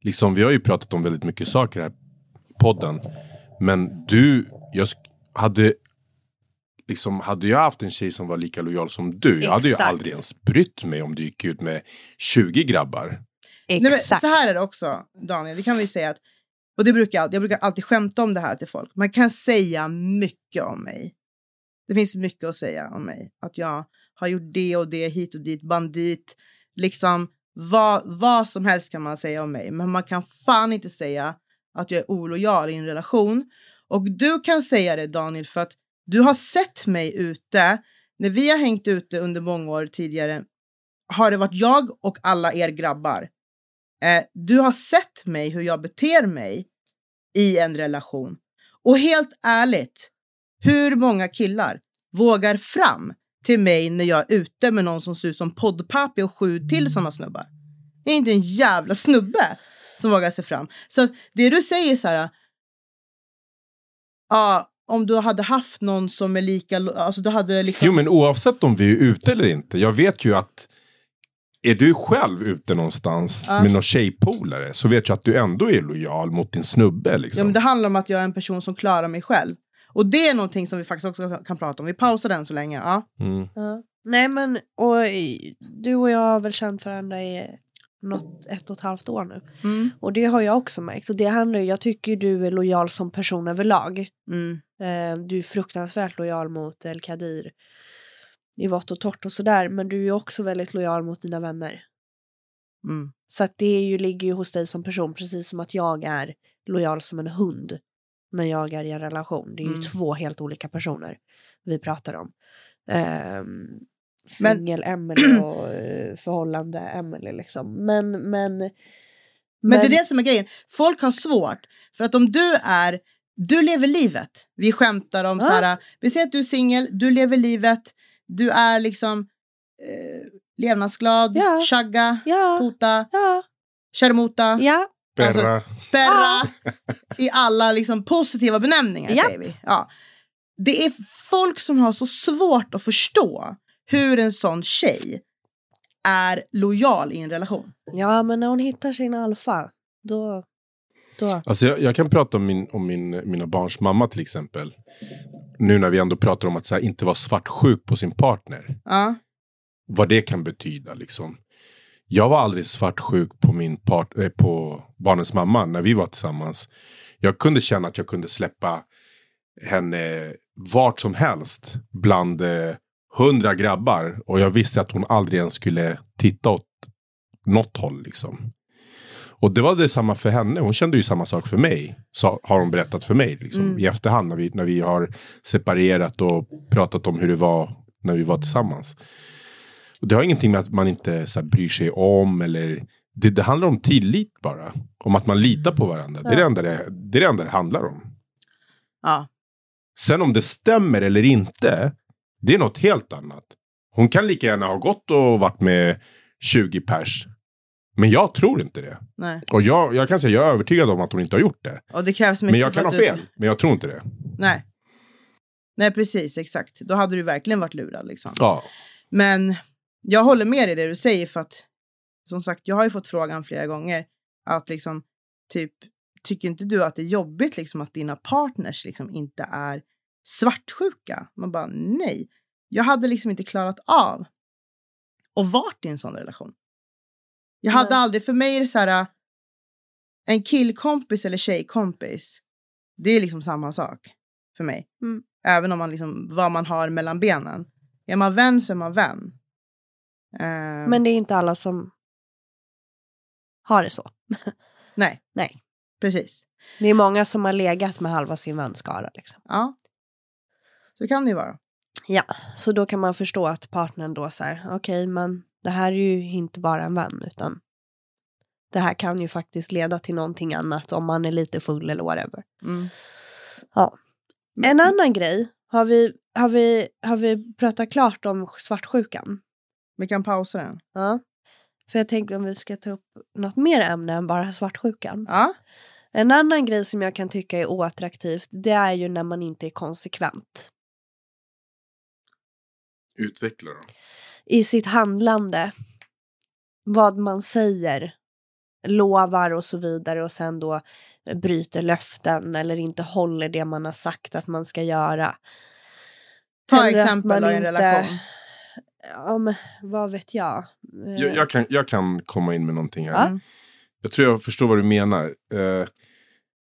S3: liksom, vi har ju pratat om väldigt mycket saker här i podden. Men du, jag sk- hade, liksom, hade jag haft en tjej som var lika lojal som du, jag hade ju
S1: Exakt.
S3: aldrig ens brytt mig om du gick ut med 20 grabbar.
S2: Nej, men
S1: Exakt.
S2: så här är det också, Daniel. Det kan vi ju säga att, och det brukar jag, alltid- jag brukar alltid skämta om det här till folk. Man kan säga mycket om mig. Det finns mycket att säga om mig. Att jag har gjort det och det, hit och dit, bandit. Liksom, vad, vad som helst kan man säga om mig. Men man kan fan inte säga att jag är olojal i en relation. Och du kan säga det, Daniel, för att du har sett mig ute. När vi har hängt ute under många år tidigare har det varit jag och alla er grabbar. Eh, du har sett mig hur jag beter mig i en relation. Och helt ärligt, hur många killar vågar fram till mig när jag är ute med någon som ser ut som poddpapi och sju till sådana snubbar? Det är inte en jävla snubbe som vågar sig fram. Så att det du säger så här, ja, om du hade haft någon som är lika, lo- alltså du hade liksom...
S3: Jo men oavsett om vi är ute eller inte, jag vet ju att är du själv ute någonstans
S2: Ja.
S3: med någon tjejpolare så vet jag att du ändå är lojal mot din snubbe. Liksom.
S2: Ja, men det handlar om att jag är en person som klarar mig själv. Och det är någonting som vi faktiskt också kan prata om. Vi pausar den så länge. Ja.
S3: Mm.
S1: Ja. Nej men och, i- du och jag har väl känt varandra i något ett och ett halvt år nu. Och det har jag också märkt. Och det handlar ju, jag tycker ju du är lojal som person överlag.
S2: Mm.
S1: Eh, du är fruktansvärt lojal mot El Kadir i vått och torrt och sådär. Men du är ju också väldigt lojal mot dina vänner.
S2: Mm.
S1: Så att det är ju, ligger ju hos dig som person, precis som att jag är lojal som en hund när jag är i en relation. Det är ju
S2: Mm.
S1: två helt olika personer vi pratar om. Um,
S2: Men-
S1: Singel-Emelie och eh, förhållande-Emelie liksom. Men, men, men...
S2: Men det är det som är grejen. Folk har svårt. För att om du är... Du lever livet. Vi skämtar om
S1: Ja.
S2: så här... Vi säger att du är singel, du lever livet. Du är liksom eh, levnadsglad,
S1: Ja.
S2: chagga,
S1: Ja,
S2: tota,
S1: ja,
S2: chermota,
S1: ja.
S2: Alltså,
S3: Berra.
S2: perra. I alla liksom positiva benämningar
S1: Japp.
S2: säger vi. Ja. Det är folk som har så svårt att förstå hur en sån tjej är lojal i en relation.
S1: Ja, men när hon hittar sin alfa, då... Då.
S3: Alltså jag, jag kan prata om, min, om min, mina barns mamma till exempel. Nu när vi ändå pratar om att så här, inte vara svartsjuk på sin partner.
S2: Ja.
S3: Vad det kan betyda liksom. Jag var aldrig svartsjuk på, min part, eh, på barnens mamma när vi var tillsammans. Jag kunde känna att jag kunde släppa henne vart som helst bland eh, hundra grabbar. Och jag visste att hon aldrig ens skulle titta åt något håll liksom. Och det var detsamma för henne. Hon kände ju samma sak för mig. Sa, har hon berättat för mig liksom,
S2: Mm.
S3: i efterhand. När vi, när vi har separerat och pratat om hur det var när vi var tillsammans. Och det har ingenting med att man inte så här, bryr sig om. Eller, det, det handlar om tillit bara. Om att man litar på varandra. Det, är det, enda det, det är det enda det handlar om.
S2: Ja.
S3: Sen om det stämmer eller inte, det är något helt annat. Hon kan lika gärna ha gått och varit med 20 pers. Men jag tror inte det.
S2: Nej.
S3: Och jag, jag kan säga, jag är övertygad om att hon inte har gjort det.
S2: Och det krävs mycket
S3: Men jag
S2: för
S3: kan ha
S2: att du ska-
S3: fel, men jag tror inte det.
S2: Nej. Nej, precis. Exakt. Då hade du verkligen varit lurad. Liksom.
S3: Ja.
S2: Men jag håller med dig i det du säger för att som sagt, jag har ju fått frågan flera gånger att liksom typ tycker inte du att det är jobbigt liksom att dina partners liksom inte är svartsjuka? Man bara nej, jag hade liksom inte klarat av och varit i en sån relation. Jag hade
S1: Nej.
S2: aldrig, för mig är det så här en killkompis eller tjejkompis. Det är liksom samma sak för mig.
S1: Mm.
S2: Även om man liksom, vad man har mellan benen. Är man vän så är man vän. Eh,
S1: Men det är inte alla som har det så.
S2: Nej.
S1: Nej.
S2: Precis.
S1: Det är många som har legat med halva sin vänskara. Liksom.
S2: Ja. Så kan det ju vara.
S1: Ja, så då kan man förstå att partnern då så här, okej, men det här är ju inte bara en vän, utan det här kan ju faktiskt leda till någonting annat om man är lite full eller whatever.
S2: Mm.
S1: Ja.
S2: Men-
S1: En annan grej, har vi, har vi, har vi pratat klart om svartsjukan?
S2: Vi kan pausa den.
S1: Ja. För jag tänkte om vi ska ta upp något mer ämne än bara svartsjukan.
S2: Ja.
S1: En annan grej som jag kan tycka är oattraktivt, det är ju när man inte är konsekvent
S3: Utveckla då.
S1: i sitt handlande. Vad man säger, lovar och så vidare och sen då bryter löften eller inte håller det man har sagt att man ska göra.
S2: Ta
S1: Hellre att
S2: exempel
S1: man
S2: av en
S1: inte-
S2: relation.
S1: Ja, men vad vet jag? Eh,
S3: Jag, jag, kan, jag kan komma in med någonting här.
S1: Ja.
S2: Mm.
S3: Jag tror jag förstår vad du menar. Eh, är,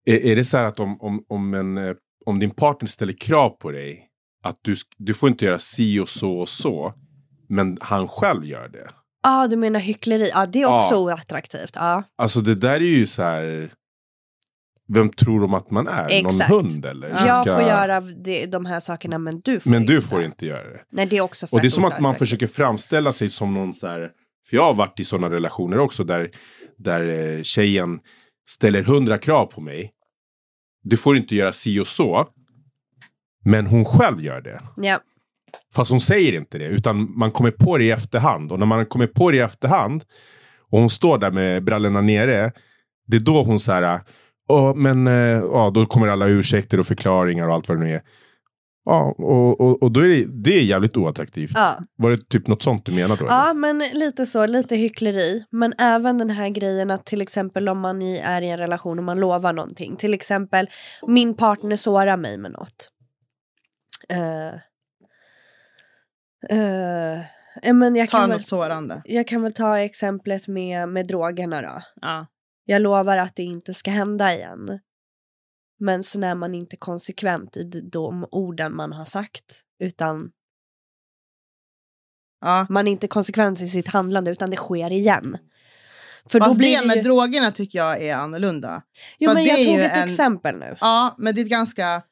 S3: är det så här att om, om, om, en, eh, om din partner ställer krav på dig att du, sk- du får inte göra si och så och så, men han själv gör det.
S1: ah, du menar hyckleri? Ja, ah, det är också
S3: Ja.
S1: oattraktivt. Ja,
S3: Alltså det där är ju så här... Vem tror de att man är?
S1: Exakt.
S3: Någon hund eller? Som
S1: jag
S3: ska-
S1: får göra det, de här sakerna, men du får
S3: Men
S1: inte.
S3: du får inte göra det.
S1: Nej, det är också
S3: Och det är
S1: fett
S3: som att man
S1: oattraktivt.
S3: försöker framställa sig som någon så här. För jag har varit i sådana relationer också där, där eh, tjejen ställer hundra krav på mig. Du får inte göra si och så. Men hon själv gör det.
S1: Ja,
S3: Fast hon säger inte det, utan man kommer på det i efterhand. Och när man kommer på det i efterhand och hon står där med brallorna nere, det är då hon så här, "Ja, men eh, ja, då kommer alla ursäkter och förklaringar och allt vad det nu är. Ja, och, och, och då är det, det är jävligt oattraktivt.
S1: ja.
S3: Var det typ något sånt du menade då?
S1: Ja,
S3: eller?
S1: men lite så, lite hyckleri. Men även den här grejen att till exempel om man i- är i en relation och man lovar någonting. Till exempel, min partner sårar mig med något. Eh, eh, ja, men jag,
S2: Ta
S1: kan väl,
S2: något sårande.
S1: jag kan väl ta exemplet med, med drogerna då.
S2: Ja.
S1: Jag lovar att det inte ska hända igen. Men sen är man inte konsekvent i d- de orden man har sagt. Utan
S2: Ja.
S1: man är inte konsekvent i sitt handlande utan det sker igen. För
S2: Fast
S1: då blir
S2: det med
S1: ju...
S2: drogerna tycker jag är annorlunda.
S1: Jo,
S2: För
S1: men
S2: det är
S1: jag tog
S2: ju
S1: ett
S2: en-
S1: exempel nu.
S2: Ja, men det är ett ganska...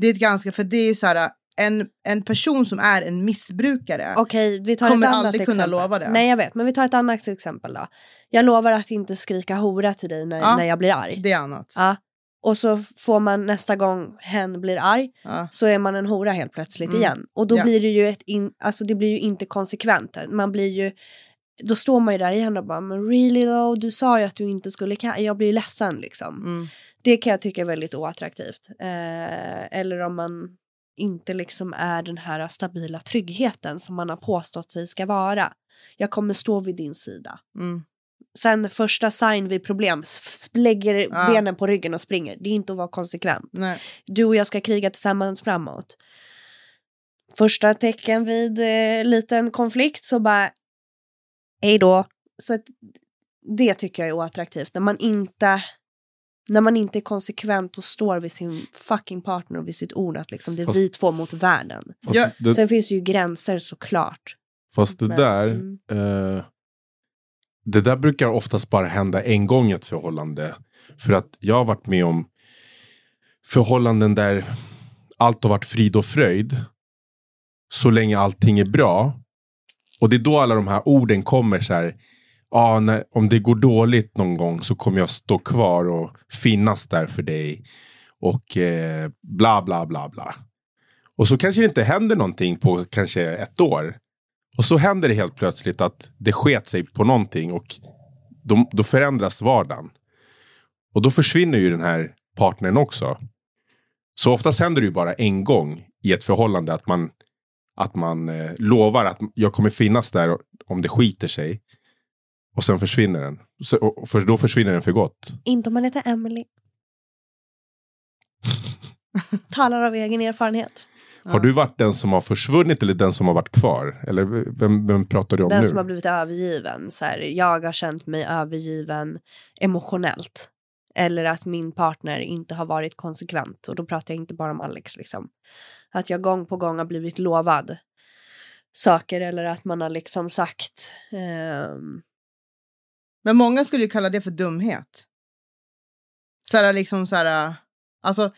S2: Det är ett ganska... För det är ju så här... En, en person som är en missbrukare.
S1: Okej, vi tar
S2: Kommer
S1: ett annat
S2: aldrig kunna
S1: exempel.
S2: lova det.
S1: Nej, jag vet. Men vi tar ett annat exempel då. Jag lovar att inte skrika hora till dig när,
S2: Ja.
S1: när jag blir arg.
S2: Det är annat.
S1: Ja. Och så får man nästa gång hen blir arg
S2: Ja.
S1: så är man en hora helt plötsligt
S2: Mm.
S1: igen. Och då
S2: Ja.
S1: blir det ju ett in, alltså det blir ju inte konsekvent. Man blir ju, då står man ju där igen och bara, men really though, du sa ju att du inte skulle, ka-" jag blir ju ledsen liksom.
S2: Mm.
S1: Det kan jag tycka är väldigt oattraktivt. Eh, eller om man inte liksom är den här stabila tryggheten som man har påstått sig ska vara. Jag kommer stå vid din sida.
S2: Mm.
S1: Sen första sign vid problem, s- lägger
S2: Ja.
S1: benen på ryggen och springer. Det är inte att vara konsekvent.
S2: Nej.
S1: Du och jag ska kriga tillsammans framåt. Första tecken vid eh, liten konflikt så bara hej då. Så att, det tycker jag är oattraktivt. När man inte när man inte är konsekvent och står vid sin fucking partner och vid sitt ord att liksom det är
S3: Fast-
S1: vi två mot världen.
S3: Fast,
S2: Ja.
S3: det,
S1: Sen finns det ju gränser såklart.
S3: fast det
S1: Men,
S3: där,
S1: mm.
S3: eh, det där brukar oftast bara hända en gång i ett förhållande. För att jag har varit med om förhållanden där allt har varit frid och fröjd. Så länge allting är bra. Och det är då alla de här orden kommer så här. Ah, när, om det går dåligt någon gång så kommer jag stå kvar och finnas där för dig. Och eh, bla bla bla bla. Och så kanske det inte händer någonting på kanske ett år. Och så händer det helt plötsligt att det sket sig på någonting och då, då förändras vardagen. Och då försvinner ju den här partnern också. Så oftast händer det ju bara en gång i ett förhållande att man, att man eh, lovar att jag kommer finnas där om det skiter sig. Och sen försvinner den. Så, och, och för, då försvinner den för gott.
S1: Inte om man heter Emily. Talar av egen erfarenhet.
S2: Ja.
S3: Har du varit den som har försvunnit eller den som har varit kvar? Eller vem, vem pratar du om
S1: Den
S3: nu?
S1: som har blivit övergiven. Så här, jag har känt mig övergiven emotionellt. Eller att min partner inte har varit konsekvent. Och då pratar jag inte bara om Alex. Liksom. Att jag gång på gång har blivit lovad saker. Eller att man har liksom sagt. ehm,
S2: Men många skulle ju kalla det för dumhet. Såhär liksom såhär, alltså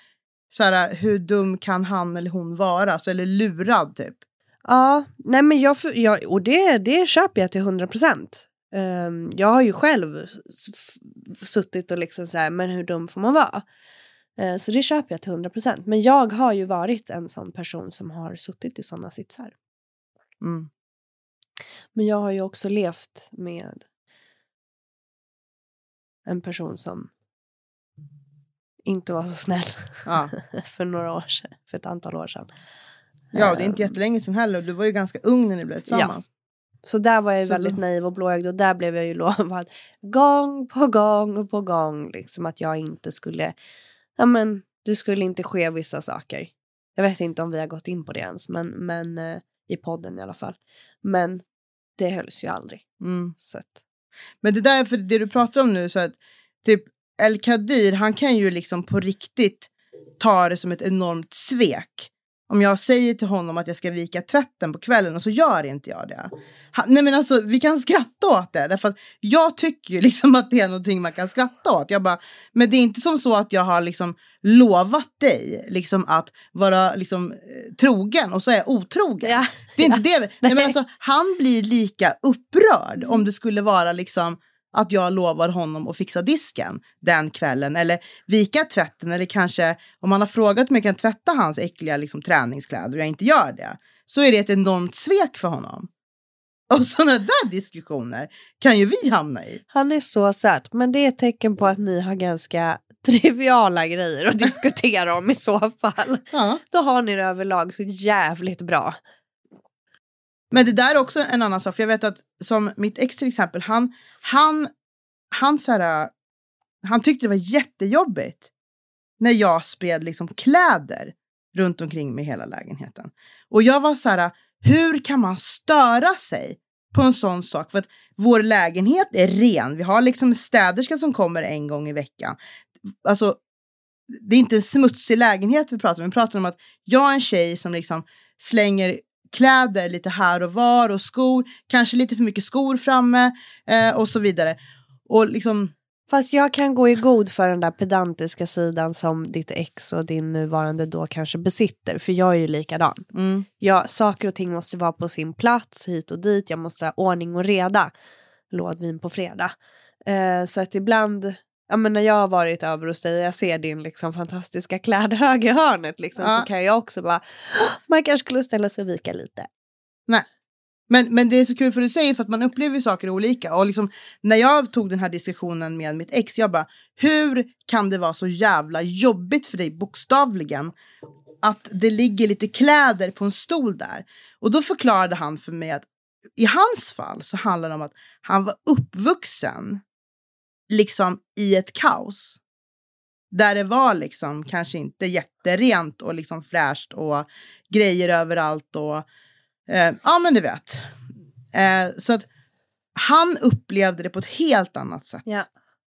S2: såhär hur dum kan han eller hon vara? Så, eller lurad typ.
S1: Ja, nej men jag, för- jag och det, det köper jag till 100 procent. Ehm, jag har ju själv s- f- suttit och liksom så här, men hur dum får man vara? Eh, så det köper jag till 100 procent. Men jag har ju varit en sån person som har suttit i såna sitsar.
S2: Mm.
S1: Men jag har ju också levt med en person som inte var så snäll
S2: Ja.
S1: för några år sedan, för ett antal år sedan.
S2: ja, och det är inte
S1: Ehm,
S2: jättelänge sedan heller. och Du var ju ganska ung när ni blev tillsammans.
S1: Så där var jag ju
S2: Så
S1: väldigt
S2: då-
S1: naiv och blåögd och där blev jag ju lovad gång på gång och på gång liksom att jag inte skulle, ja men det skulle inte ske vissa saker. Jag vet inte om vi har gått in på det ens, men, men eh, i podden i alla fall. Men det hölls ju aldrig.
S2: Mm.
S1: Så att,
S2: Men det där, för det du pratar om nu, så att typ El Kadir, han kan ju liksom på riktigt ta det som ett enormt svek. Om jag säger till honom att jag ska vika tvätten på kvällen och så gör inte jag det. Han, nej men alltså vi kan skratta åt det. Därför att jag tycker ju liksom att det är någonting man kan skratta åt. Jag bara, men det är inte som så att jag har liksom lovat dig liksom att vara liksom eh, trogen och så är jag otrogen.
S1: ja,
S2: Det är inte det. Nej. men
S1: Nej. Mm.
S2: alltså, han blir lika upprörd om det skulle vara liksom att jag lovar honom att fixa disken den kvällen eller vika tvätten eller kanske om han har frågat om jag kan tvätta hans äckliga liksom, träningskläder och jag inte gör det så är det ett enormt svek för honom. Och sådana där diskussioner kan ju vi hamna i.
S1: han är så söt, men det är ett tecken på att ni har ganska triviala grejer att diskutera om i så fall.
S2: Ja.
S1: Då har ni det överlag så jävligt bra.
S2: Men det där är också en annan sak. För jag vet att som mitt ex till exempel, han, han, han, så här, han tyckte det var jättejobbigt när jag spred liksom kläder runt omkring mig i hela lägenheten. Och jag var så här, hur kan man störa sig på en sån sak? För att vår lägenhet är ren. Vi har liksom städerska som kommer en gång i veckan. Alltså, det är inte en smutsig lägenhet vi pratar om. Vi pratar om att jag är en tjej som liksom slänger kläder lite här och var och skor, kanske lite för mycket skor framme eh, och så vidare. Och liksom,
S1: Fast jag kan gå i god för den där pedantiska sidan som ditt ex och din nuvarande då kanske besitter, för jag är ju likadan.
S2: mm,
S1: Jag, saker och ting måste vara på sin plats hit och dit, jag måste ha ordning och reda. Lådvin på fredag. Eh, så att ibland, ja men när jag har varit över hos dig och jag ser din liksom fantastiska klädhög i hörnet liksom,
S2: Ja.
S1: så kan jag också bara, man kanske skulle ställa sig och vika lite.
S2: Men, men det är så kul för du säger för att man upplever ju saker olika. Och liksom, när jag tog den här diskussionen med mitt ex, jag bara, hur kan det vara så jävla jobbigt för dig bokstavligen att det ligger lite kläder på en stol där? Och då förklarade han för mig att i hans fall så handlar det om att han var uppvuxen liksom i ett kaos. Där det var liksom kanske inte jätterent och liksom fräscht och grejer överallt och eh, ja men du vet. Eh, så att han upplevde det på ett helt annat sätt
S1: Ja.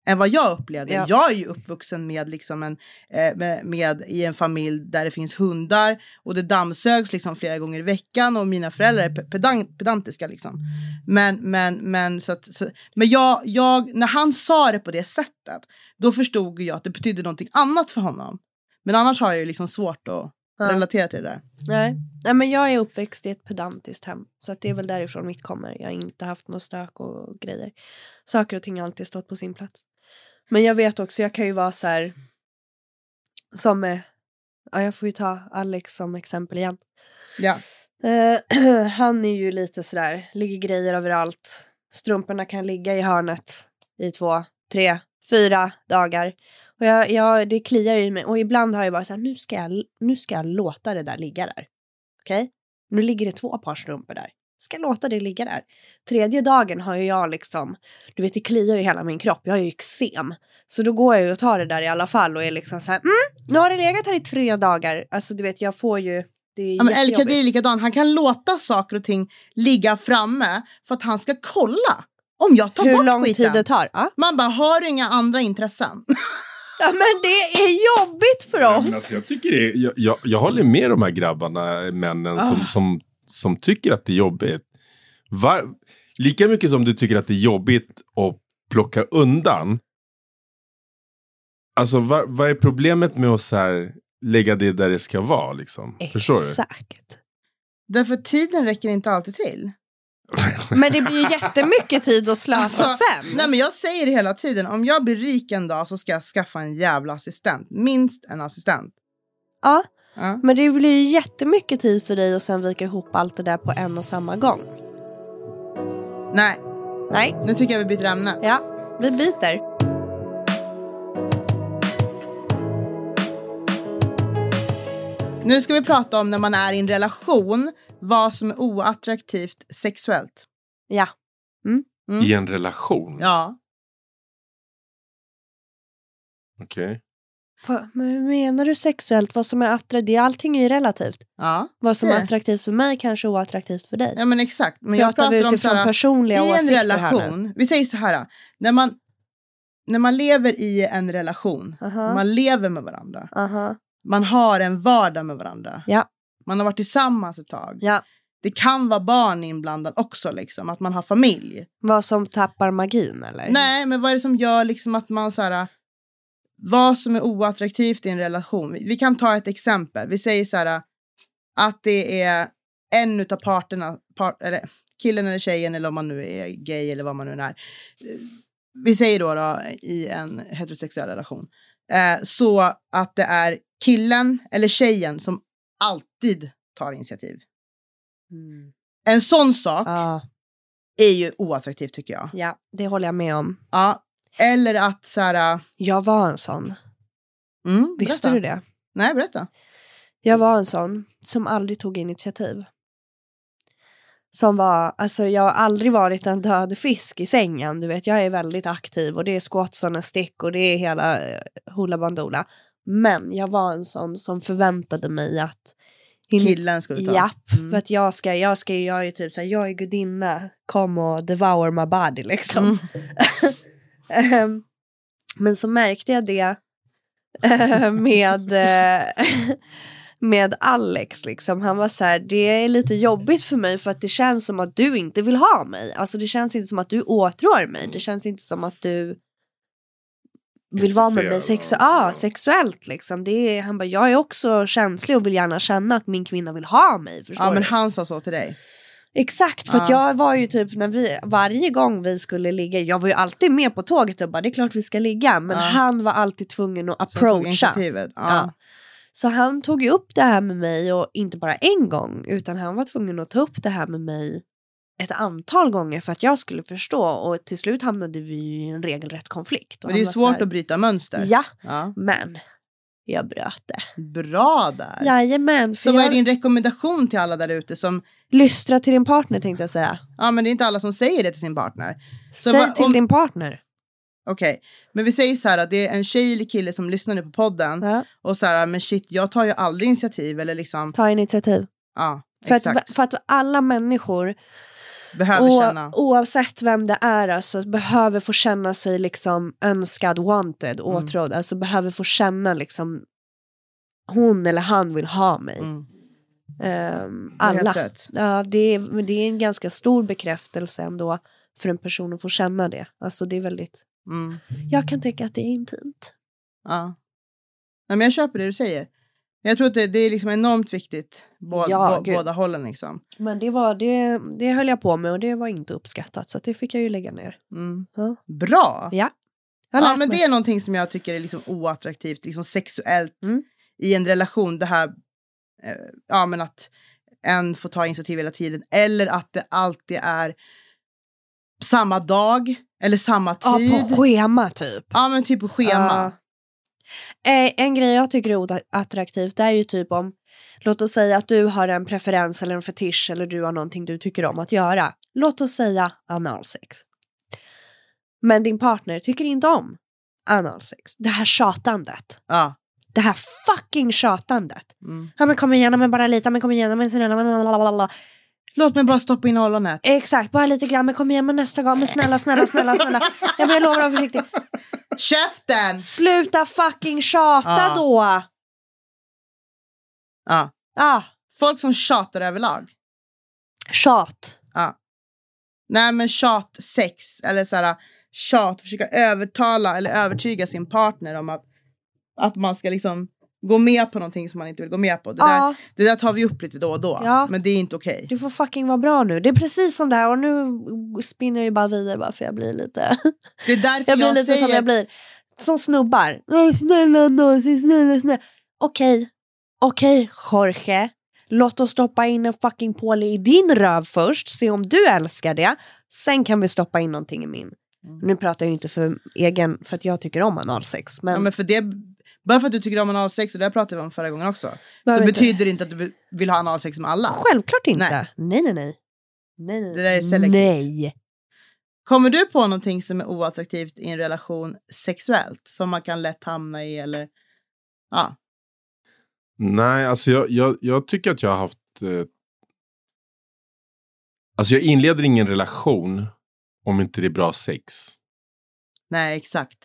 S2: än vad jag upplevde.
S1: Ja.
S2: Jag är ju uppvuxen med, liksom en, eh, med, med i en familj där det finns hundar och det dammsögs liksom flera gånger i veckan och mina föräldrar är pe- pedan- pedantiska. Liksom. Men, men, men, så att, så, men jag, jag, när han sa det på det sättet då förstod ju jag att det betydde någonting annat för honom. Men annars har jag ju liksom svårt att
S1: Ja.
S2: relatera till det där.
S1: Nej. Nej, men jag är uppväxt i ett pedantiskt hem. Så att det är väl därifrån mitt kommer. Jag har inte haft något stök och grejer. Saker och ting har alltid stått på sin plats. Men jag vet också, jag kan ju vara så här. Som, eh, ja, jag får ju ta Alex som exempel igen.
S2: Ja.
S1: Eh, han är ju lite sådär, ligger grejer överallt. Strumporna kan ligga i hörnet i två, tre, fyra dagar. Och jag, jag, det kliar ju i mig. Och ibland har jag bara såhär, nu ska jag, nu ska jag låta det där ligga där. Okej? Nu ligger det två par strumpor där. Ska låta det ligga där. Tredje dagen har ju jag liksom, du vet det kliar ju i hela min kropp, jag har ju eksem. Så då går jag ju och tar det där i alla fall och är liksom såhär, mm, nu har det legat här i tre dagar. Alltså du vet, jag får ju, det är
S2: Ja, men El Kadir
S1: jättejobbigt.
S2: är likadan. Han kan låta saker och ting ligga framme för att han ska kolla om jag tar
S1: Hur
S2: bort
S1: lång
S2: skiten.
S1: tid det tar? Ja.
S2: Man bara, har du inga andra intressen?
S1: Ja men det är jobbigt för
S3: Ja, men
S1: oss.
S3: alltså, jag, tycker det är, jag, jag, jag håller med de här grabbarna, männen, som,
S2: Ah.
S3: som, som tycker att det är jobbigt. Var, lika mycket som du tycker att det är jobbigt att plocka undan. Alltså va- vad är problemet med att så här, lägga det där det ska vara? Liksom? Förstår du?
S1: Exakt.
S2: Därför tiden räcker inte alltid till.
S1: Men det blir ju jättemycket tid att slösa
S2: Alltså,
S1: sen.
S2: Nej men jag säger det hela tiden, om jag blir rik en dag så ska jag skaffa en jävla assistent. Minst en assistent.
S1: Ja,
S2: Ja.
S1: men det blir ju jättemycket tid för dig och sen vika ihop allt det där på en och samma gång.
S2: Nej,
S1: Nej,
S2: nu tycker jag vi byter ämne.
S1: ja, vi byter.
S2: Nu ska vi prata om när man är i en relation, vad som är oattraktivt sexuellt.
S1: Ja,
S2: Mm.
S3: I en relation?
S2: Ja,
S3: Okej.
S1: Va- men hur menar du sexuellt? Vad som är attraktivt? Allting är ju relativt.
S2: ja.
S1: Vad som
S2: Det är
S1: är
S2: det.
S1: attraktivt för mig kanske är oattraktivt för dig.
S2: ja men exakt. Men jag
S1: pratar vi
S2: pratar om
S1: utifrån
S2: så här,
S1: personliga
S2: i en
S1: åsikter här nu?
S2: relation, vi säger så här, när man, när man lever i en relation,
S1: Aha,
S2: man lever med varandra,
S1: aha,
S2: man har en vardag med varandra.
S1: Ja.
S2: Man har varit tillsammans ett tag.
S1: ja.
S2: Det kan vara barn inblandade också, liksom, att man har familj.
S1: Vad som tappar magin eller?
S2: Nej, men vad är det som gör liksom, att man... Så här, vad som är oattraktivt i en relation. Vi, vi kan ta ett exempel. Vi säger så här, äh, att det är en utav parterna, part, eller, killen eller tjejen eller om man nu är gay eller vad man nu än är. Eh, Vi säger då, då i en heterosexuell relation. Eh, så att det är killen eller tjejen som alltid tar initiativ.
S1: Mm.
S2: En sån sak
S1: Ja,
S2: är ju oattraktivt tycker jag.
S1: ja, det håller jag med om.
S2: Ja. Eller att så här... äh,
S1: Jag var en sån.
S2: Mm,
S1: Visste
S2: berätta.
S1: du det?
S2: Nej, berätta.
S1: Jag var en sån som aldrig tog initiativ. Som var, alltså jag har aldrig varit en död fisk i sängen, du vet jag är väldigt aktiv och det är squats och stick och det är hela eh, hoola bandoola. Men jag var en sån som förväntade mig att
S2: Killen skulle ta.
S1: Japp,
S2: Mm.
S1: för att jag ska, jag ska ju, jag är ju typ såhär, jag är gudinna, kom och devour my body liksom.
S2: Mm.
S1: Ehm, Men så märkte jag det eh, med, eh, med Alex. Liksom. Han var så här, det är lite jobbigt för mig för att det känns som att du inte vill ha mig. Alltså det känns inte som att du åtrår mig. Det känns inte som att du vill vara med mig sexu-
S3: Intresserad av-
S1: ja,
S3: ja.
S1: sexuellt. Liksom. Det är, han bara, jag är också känslig och vill gärna känna att min kvinna vill ha mig. Förstår
S2: Ja, men
S1: du?
S2: han sa så till dig.
S1: Exakt, för att
S2: Ja.
S1: jag var ju typ när vi, varje gång vi skulle ligga, jag var ju alltid med på tåget och bara det är klart vi ska ligga, men
S2: Ja.
S1: han var alltid tvungen att
S2: Så jag tog
S1: approacha.
S2: initiativet. Ja.
S1: Ja. Så han tog ju upp det här med mig och inte bara en gång, utan han var tvungen att ta upp det här med mig ett antal gånger för att jag skulle förstå och till slut hamnade vi i en regelrätt konflikt. Och
S2: Men det
S1: han
S2: är
S1: var så
S2: svårt
S1: här,
S2: att bryta mönster.
S1: Ja,
S2: Ja.
S1: men Jag bröt det.
S2: Bra där.
S1: Jajamän. för
S2: så vad är
S1: jag-
S2: din rekommendation till alla där ute som,
S1: Lystra till din partner tänkte jag säga.
S2: ja men det är inte alla som säger det till sin partner. Så
S1: Säg
S2: vad-
S1: till
S2: om-
S1: din partner.
S2: Okej, men vi säger så här att det är en tjej eller kille som lyssnar nu på podden
S1: Ja,
S2: och så här, "Ah, men shit, jag tar ju aldrig initiativ eller liksom,
S1: ta initiativ.
S2: ja,
S1: För
S2: exakt,
S1: att, för att alla människor,
S2: behöver känna.
S1: och, oavsett vem det är, alltså, behöver få känna sig liksom önskad, wanted,
S2: Mm.
S1: åtrådd. Alltså behöver få känna liksom hon eller han vill ha mig.
S2: Mm,
S1: Ehm,
S2: jag är helt
S1: alla.
S2: rätt.
S1: Ja, det är, men det är en ganska stor bekräftelse ändå för en person att få känna det. Alltså det är väldigt,
S2: Mm,
S1: jag kan tycka att det är intimt.
S2: ja. Nej, men jag köper det du säger. Men Jag tror att det, det är liksom enormt viktigt, bå,
S1: Ja,
S2: bå,
S1: gud.
S2: båda hållen liksom.
S1: Men det, var, det, det höll jag på med och det var inte uppskattat så att det fick jag ju lägga ner.
S2: Mm.
S1: Ja.
S2: Bra!
S1: Ja. Jag har
S2: Ja,
S1: lärt
S2: men
S1: mig.
S2: det är någonting som jag tycker är liksom oattraktivt, liksom sexuellt
S1: Mm.
S2: i en relation. Det här, eh, ja men att en får ta initiativ hela tiden eller att det alltid är samma dag eller samma
S1: Ja,
S2: tid.
S1: på schema typ.
S2: ja men typ på schema.
S1: Eh, en grej jag tycker är oattraktivt det är ju typ om, låt oss säga att du har en preferens eller en fetisch eller du har någonting du tycker om att göra. Låt oss säga analsex. Men din partner tycker inte om analsex. Det här tjatandet.
S2: Ja.
S1: Det här fucking tjatandet.
S2: Mm.
S1: Ja men kom igen, men bara lite, men kom igen, men snälla, men lalalala.
S2: Låt mig bara stoppa in ollonet.
S1: Exakt, bara lite grann, men kom igen, men nästa gång, men snälla, snälla, snälla, snälla. Ja men jag lovar att vara försiktig.
S2: Käften!
S1: Sluta fucking tjata
S2: Ja.
S1: då!
S2: Ja.
S1: Ja,
S2: Folk som tjatar överlag.
S1: tjat.
S2: Nej men tjat sex eller så här tjat, försöka övertala eller övertyga sin partner om att, att man ska liksom gå med på någonting som man inte vill gå med på. Det, där,
S1: Ja,
S2: det där tar vi upp lite då och då,
S1: Ja.
S2: men det är inte okej.
S1: du får fucking vara bra nu. Det är precis som det här och nu spinner jag ju bara vidare bara för jag blir lite,
S2: Det är därför
S1: jag
S2: jag,
S1: blir lite
S2: säger,
S1: som jag blir. Som snubbar. Nej, Snälla, nej, snälla, snälla. Okej, okej Jorge. Låt oss stoppa in en fucking påle i din röv först, se om du älskar det. Sen kan vi stoppa in någonting i min.
S2: Mm.
S1: Nu pratar jag ju inte för egen, för att jag tycker om analsex. Men,
S2: Ja, men för det, bara för att du tycker om analsex, och det här pratade vi om förra gången också, så
S1: Behöver inte-
S2: betyder det inte att du be- vill ha analsex med alla.
S1: Självklart inte. Nej,
S2: Nej.
S1: nej, nej. nej, nej.
S2: Det där är selektivt.
S1: Nej.
S2: Kommer du på någonting som är oattraktivt i en relation sexuellt, som man kan lätt hamna i eller ja,
S3: Nej, alltså jag, jag, jag tycker att jag har haft... Eh, alltså jag inleder ingen relation om inte det är bra sex.
S2: Nej, exakt.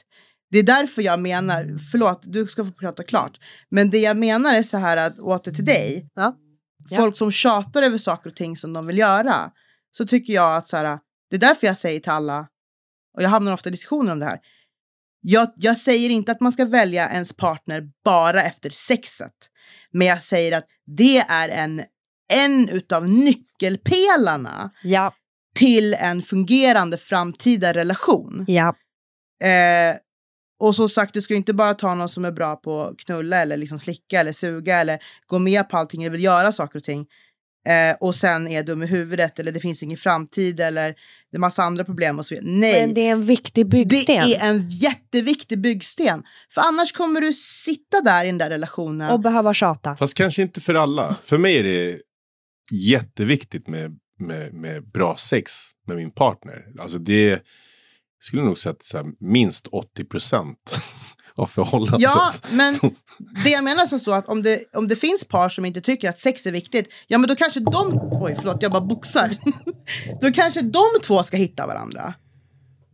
S2: Det är därför jag
S1: Mm.
S2: menar, förlåt, du ska få prata klart. Men det jag menar är så här att åter till dig.
S1: Ja. Ja.
S2: Folk som tjatar över saker och ting som de vill göra. Så tycker jag att så här, det är därför jag säger till alla, och jag hamnar ofta i diskussioner om det här. Jag, jag säger inte att man ska välja ens partner bara efter sexet. Men jag säger att det är en, en utav nyckelpelarna
S1: Ja,
S2: till en fungerande framtida relation.
S1: ja.
S2: Eh, och som sagt, du ska ju inte bara ta någon som är bra på att knulla eller liksom slicka eller suga eller gå med på allting eller vill göra saker och ting. Eh, och sen är dum i huvudet eller det finns ingen framtid eller det är massa andra problem och så vidare. Nej,
S1: Men det är en viktig byggsten.
S2: det är en jätteviktig byggsten. För annars kommer du sitta där i den där relationen.
S1: Och behöva tjata.
S3: Fast kanske inte för alla. För mig är det jätteviktigt med, med, med bra sex med min partner. Alltså det jag skulle nog säga att så här, minst 80 procent av förhållandet.
S2: Ja, men
S3: Som-
S2: det jag menar som så att om det, om det finns par som inte tycker att sex är viktigt, ja men då kanske de... Oj, förlåt, jag bara boxar. då kanske de två ska hitta varandra.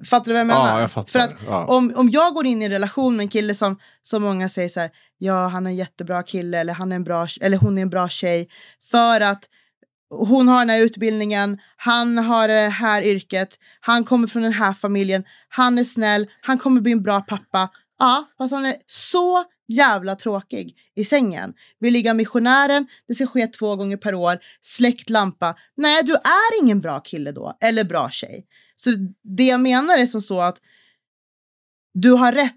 S2: Fattar du vad jag menar?
S3: ja, jag fattar.
S2: För att
S3: ja.
S2: om, om jag går in i en relation med en kille som, som många säger så här, ja han är en jättebra kille eller, han är en bra, eller hon är en bra tjej. För att hon har den här utbildningen, han har det här yrket, han kommer från den här familjen, han är snäll, han kommer bli en bra pappa. Ja, fast han är så jävla tråkig i sängen. Vill ligga missionären, det ska ske två gånger per år, släckt lampa. Nej, du är ingen bra kille då, eller bra tjej. Så det jag menar är som så att du har rätt.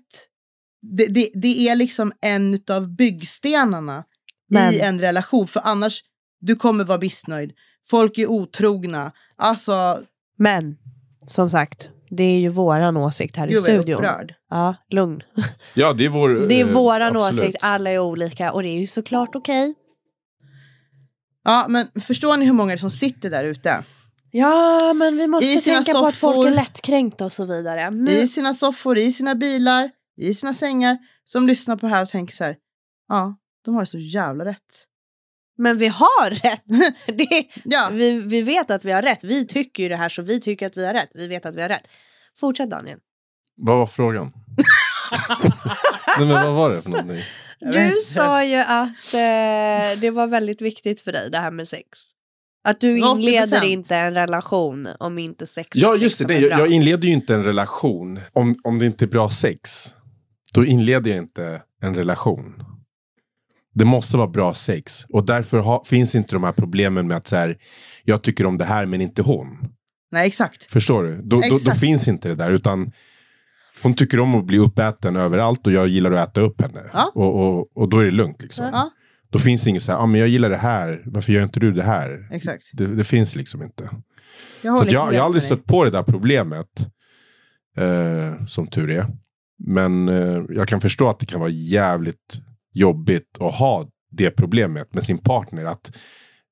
S2: Det, det, det är liksom en av byggstenarna
S1: Men-
S2: i en relation. För annars, du kommer vara missnöjd. Folk är otrogna. Alltså,
S1: Men, som sagt, Det är ju våran åsikt här i
S2: Gud vad jag är
S1: studion.
S2: upprörd.
S1: Ja, lugn.
S3: Ja, det är vår
S1: Det är
S3: eh,
S1: våran
S3: absolut.
S1: åsikt, alla är olika och det är ju såklart okej.
S2: Ja, men förstår ni hur många som sitter där ute?
S1: Ja, men vi måste
S2: I sina
S1: tänka på att folk
S2: soffor.
S1: är lättkränkta och så vidare. Mm. Nu,
S2: I sina soffor, i sina bilar, i sina sängar. Som lyssnar på det här och tänker så här. Ja, de har det så jävla rätt.
S1: Men vi har rätt! Det,
S2: Ja,
S1: vi, vi vet att vi har rätt. Vi tycker ju det här så vi tycker att vi har rätt. Vi vet att vi har rätt. Fortsätt Daniel.
S3: Vad var frågan? Nej, men vad var det för någonting?
S1: Du sa ju att eh, det var väldigt viktigt för dig det här med sex. Att du
S2: 80%.
S1: inleder inte en relation om inte sex
S3: Ja, just det. Nej,
S1: är liksom
S2: Liksom,
S3: jag,
S1: bra.
S3: jag inleder ju inte en relation. Om, om det inte är bra sex, då inleder jag inte en relation. Det måste vara bra sex. Och därför ha, finns inte de här problemen med att så här, jag tycker om det här men inte hon.
S2: nej exakt.
S3: Förstår du? Då, då, då
S2: Exakt.
S3: finns inte det där. Utan hon tycker om att bli uppäten överallt och jag gillar att äta upp henne.
S2: Ja.
S3: Och, och, och då är det lugnt. Liksom.
S2: Ja,
S3: Då finns det inget så här, ah, men jag gillar det här, varför gör inte du det här?
S2: exakt.
S3: Det, det finns liksom inte.
S2: Jag
S3: Så
S2: håller
S3: att jag,
S2: helt
S3: jag har aldrig
S2: med dig.
S3: stött på det där problemet. Eh, som tur är. Men eh, jag kan förstå att det kan vara jävligt jobbigt att ha det problemet med sin partner. Att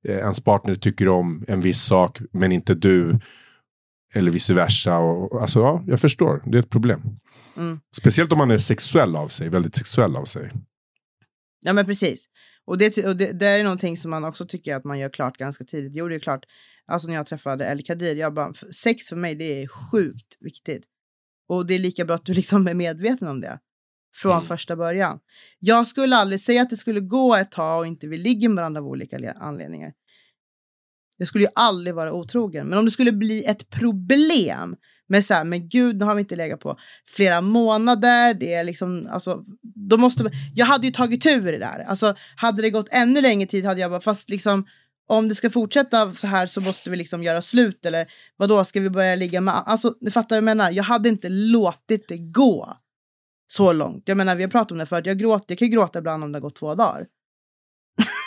S3: eh, ens partner tycker om en viss sak men inte du. Eller vice versa. Och, och- alltså ja, jag förstår. Det är ett problem.
S2: Mm.
S3: Speciellt om man är sexuell av sig. Väldigt sexuell av sig.
S2: Ja, men precis. Och det, ty- och det, det är någonting som man också tycker att man gör klart ganska tidigt. Jag gjorde ju klart, alltså när jag träffade El Kadir, jag bara, "F- sex för mig det är sjukt viktigt. Och det är lika bra att du liksom är medveten om det. Från
S3: Mm.
S2: första början. Jag skulle aldrig säga att det skulle gå ett tag och inte vi ligger med varandra av olika le- anledningar. Jag skulle ju aldrig vara otrogen. Men om det skulle bli ett problem med så här, men gud, nu har vi inte legat på flera månader. Det är liksom, alltså, då måste, jag hade ju tagit tur i det där. Alltså, hade det gått ännu längre tid hade jag bara, fast liksom, om det ska fortsätta så här så måste vi liksom göra slut. Eller vad då ska vi börja ligga med? Alltså, ni fattar vad jag menar. Jag hade inte låtit det gå så långt. Jag menar, vi har pratat om det förut. Jag, gråter, jag kan ju gråta ibland om det har gått två dagar.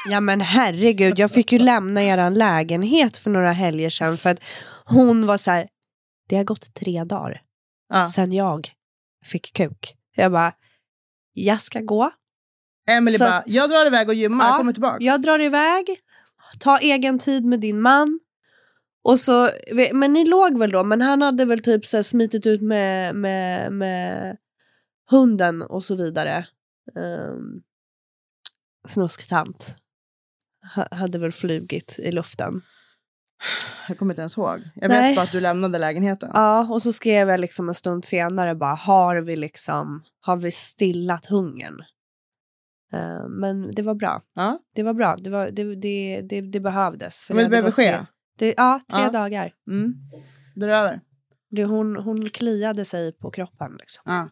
S1: Ja men herregud, jag fick ju lämna eran lägenhet för några helger sedan för att hon var så här, det har gått tre dagar
S2: Ja.
S1: sedan jag fick kuk. Jag bara, jag ska gå,
S2: Emily
S1: Så-
S2: bara, jag drar iväg och gymmar,
S1: Ja,
S2: jag kommer tillbaka.
S1: jag drar iväg, ta egen tid med din man. Och så, men ni låg väl då, men han hade väl typ så här smitit ut med, med, med hunden och så vidare. Um, snusktant. Ha- hade väl flugit i luften.
S2: Jag kommer inte ens ihåg. Jag
S1: Nej.
S2: vet bara att du lämnade lägenheten.
S1: Ja, och så skrev jag liksom en stund senare bara, har vi liksom, har vi stillat hungern? Eh, men det var bra.
S2: Ja.
S1: Det var bra, det, var, det, det, det, det behövdes. för
S2: Men det
S1: hade
S2: behöver
S1: gått tre-
S2: ske.
S1: Det, ja, tre
S2: Ja.
S1: dagar.
S2: Mm. Då är det över.
S1: Det, hon, hon kliade sig på kroppen liksom.
S2: Ja.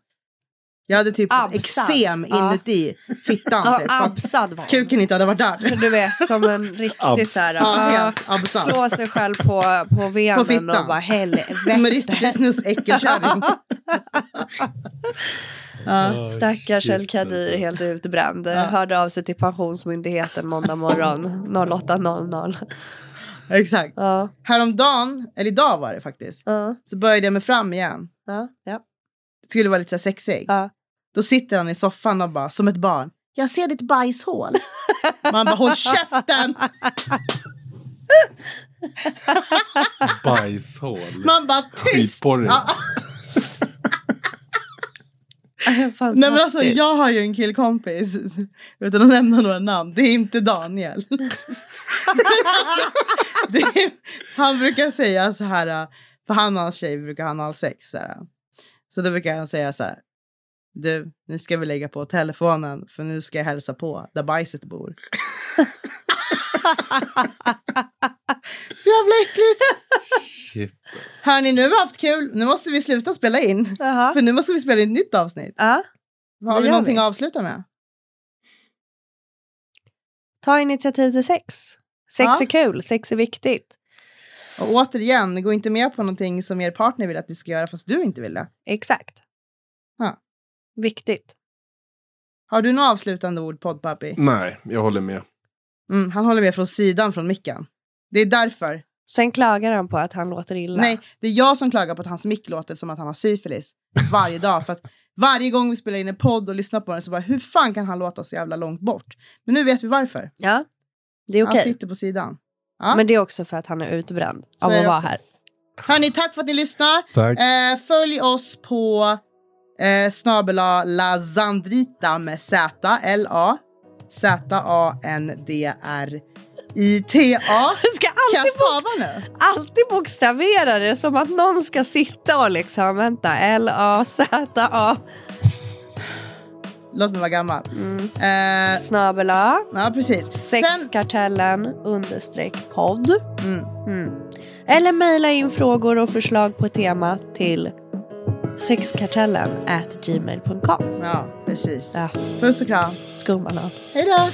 S2: Jag hade typ fått
S1: Absar.
S2: eksem
S1: Ja.
S2: inuti fittan.
S1: Ja,
S2: Typ, för att
S1: absad var hon.
S2: kuken inte hade varit där.
S1: Du vet, som en riktig
S3: Abs.
S1: så här,
S2: Ja,
S1: ja,
S2: helt absad.
S1: slå sig själv på, på venen och
S2: fittan.
S1: bara
S2: Humoristisk
S1: helvete.
S2: snus-äckelkärring. ja.
S1: Stackars El Kadir helt utbränd. Hörde av sig till Pensionsmyndigheten måndag morgon 08.00.
S2: Exakt.
S1: Ja,
S2: Häromdagen, eller idag var det faktiskt,
S1: ja,
S2: så började jag med fram igen.
S1: ja, ja.
S2: Det skulle vara lite så här sexig.
S1: Ja.
S2: Då sitter han i soffan och bara, som ett barn. Jag ser ditt bajshål. Man bara, håll käften!
S3: Bajshål.
S2: Man bara, tyst!
S3: Skitporrig.
S2: Ja.
S1: Fantastiskt.
S2: Nej men alltså jag har ju en killkompis, utan att nämna några namn, det är inte Daniel. Men alltså, det är, han brukar säga så här, äh, för han och hans tjej brukar han ha sex. Så, här. så då brukar han säga så här, du nu ska vi lägga på telefonen för nu ska jag hälsa på där bajset bor. så jävla äckligt!
S3: Shit.
S2: Hör ni nu har vi haft kul, nu måste vi sluta spela in.
S1: Jaha.
S2: För nu måste vi spela in ett nytt avsnitt.
S1: Ja.
S2: Har
S1: Det
S2: vi
S1: gör
S2: någonting
S1: vi.
S2: att avsluta med?
S1: Ta initiativ till sex. Sex
S2: Ja.
S1: är kul, sex är viktigt.
S2: Och återigen, gå inte med på någonting som er partner vill att ni ska göra fast du inte vill det.
S1: Exakt.
S2: Ja.
S1: Viktigt.
S2: Har du några avslutande ord, poddpappi?
S3: Nej, jag håller med.
S2: Mm, han håller med från sidan från micken. Det är därför
S1: Sen klagar han på att han låter illa.
S2: Nej, det är jag som klagar på att hans mick låter som att han har syfilis. Varje dag. För att varje gång vi spelar in en podd och lyssnar på den så bara, hur fan kan han låta så jävla långt bort? Men nu vet vi varför.
S1: Ja, det är okej.
S2: Han sitter på sidan. Ja.
S1: Men det är också för att han är utbränd av
S2: är
S1: att
S2: det
S1: vara
S2: också.
S1: här.
S2: Hörni, tack för att ni lyssnar.
S3: Tack.
S2: Eh, följ oss på eh, snabela lazandrita med Z, L-A, Z-A-N-D-R-I-T-A.
S1: Jag ska
S2: Kan jag
S1: alltid,
S2: stava nu?
S1: alltid bokstavera det som att någon ska sitta och liksom, vänta, L-A-Z-A,
S2: Låt mig vara gammal.
S1: mm.
S2: Eh,
S1: snabel A,
S2: ja, precis. Sen,
S1: sexkartellen understreck podd.
S2: mm,
S1: Mm. Eller mejla in frågor och förslag på tema till sexkartellen at gmail.com.
S2: ja, precis.
S1: Ja.
S2: Puss och kram.
S1: Skumbanan.
S2: Hej då!